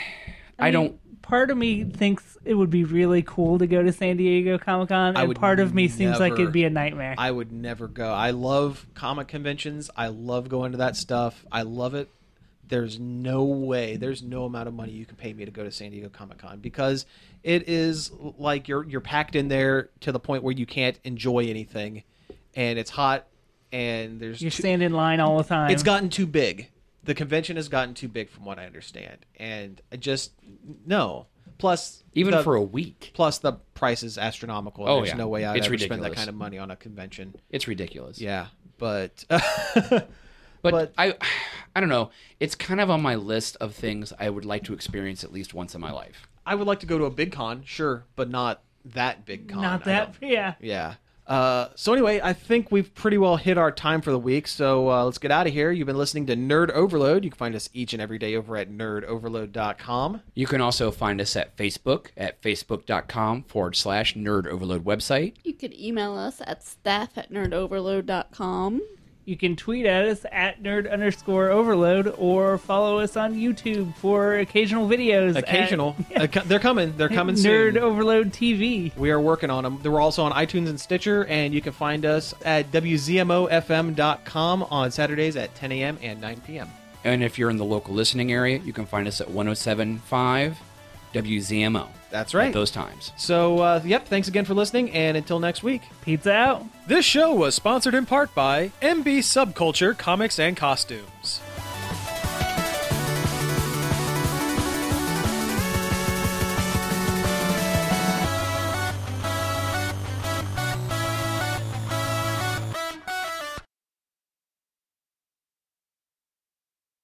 S3: I don't.
S2: Part of me thinks it would be really cool to go to San Diego Comic Con,
S1: I
S2: and
S1: would
S2: part of me seems like
S1: never-
S2: it'd be a nightmare.
S1: I would never go. I love comic conventions. I love going to that stuff. I love it. there's no way, there's no amount of money you can pay me to go to San Diego Comic Con because it is l- like you're you're packed in there to the point where you can't enjoy anything, and it's hot, and there's
S2: You're
S1: too-
S2: standing in line all the time.
S1: it's gotten too big. The convention has gotten too big, from what I understand, and I just no. Plus,
S3: even
S1: the-
S3: for a week.
S1: plus the price is astronomical.
S3: Oh,
S1: There's
S3: yeah.
S1: no way I'd
S3: It's
S1: ever spend that
S3: ridiculous.
S1: kind of money on a convention.
S3: It's ridiculous.
S1: Yeah, but
S3: but,
S1: but-
S3: I, I don't know. It's kind of on my list of things I would like to experience at least once in my life.
S1: I would like to go to a big con, sure, but not that big con.
S2: Not
S1: I
S2: that.
S1: don't-
S2: Yeah.
S1: Yeah. Uh, so anyway, I think we've pretty well hit our time for the week. So uh, let's get out of here. You've been listening to Nerd Overload. You can find us each and every day over at nerdoverload.com.
S3: You can also find us at Facebook at facebook.com forward slash nerd overload website.
S4: You could email us at staff at nerdoverload.com.
S2: You can tweet at us at nerd underscore overload or follow us on YouTube for occasional videos. at
S1: Occasional, Uh, co- they're coming. They're coming soon.
S2: Nerd Overload TV.
S1: We are working on them. We're also on iTunes and Stitcher, and you can find us at WZMOFM.com on Saturdays at 10 a.m. and 9 p.m.
S3: And if you're in the local listening area, you can find us at 1075 WZMO.
S1: That's right.
S3: At those times.
S1: So, uh, yep, thanks again for listening, and until next week.
S2: Pizza out.
S6: This show was sponsored in part by MB Subculture Comics and Costumes.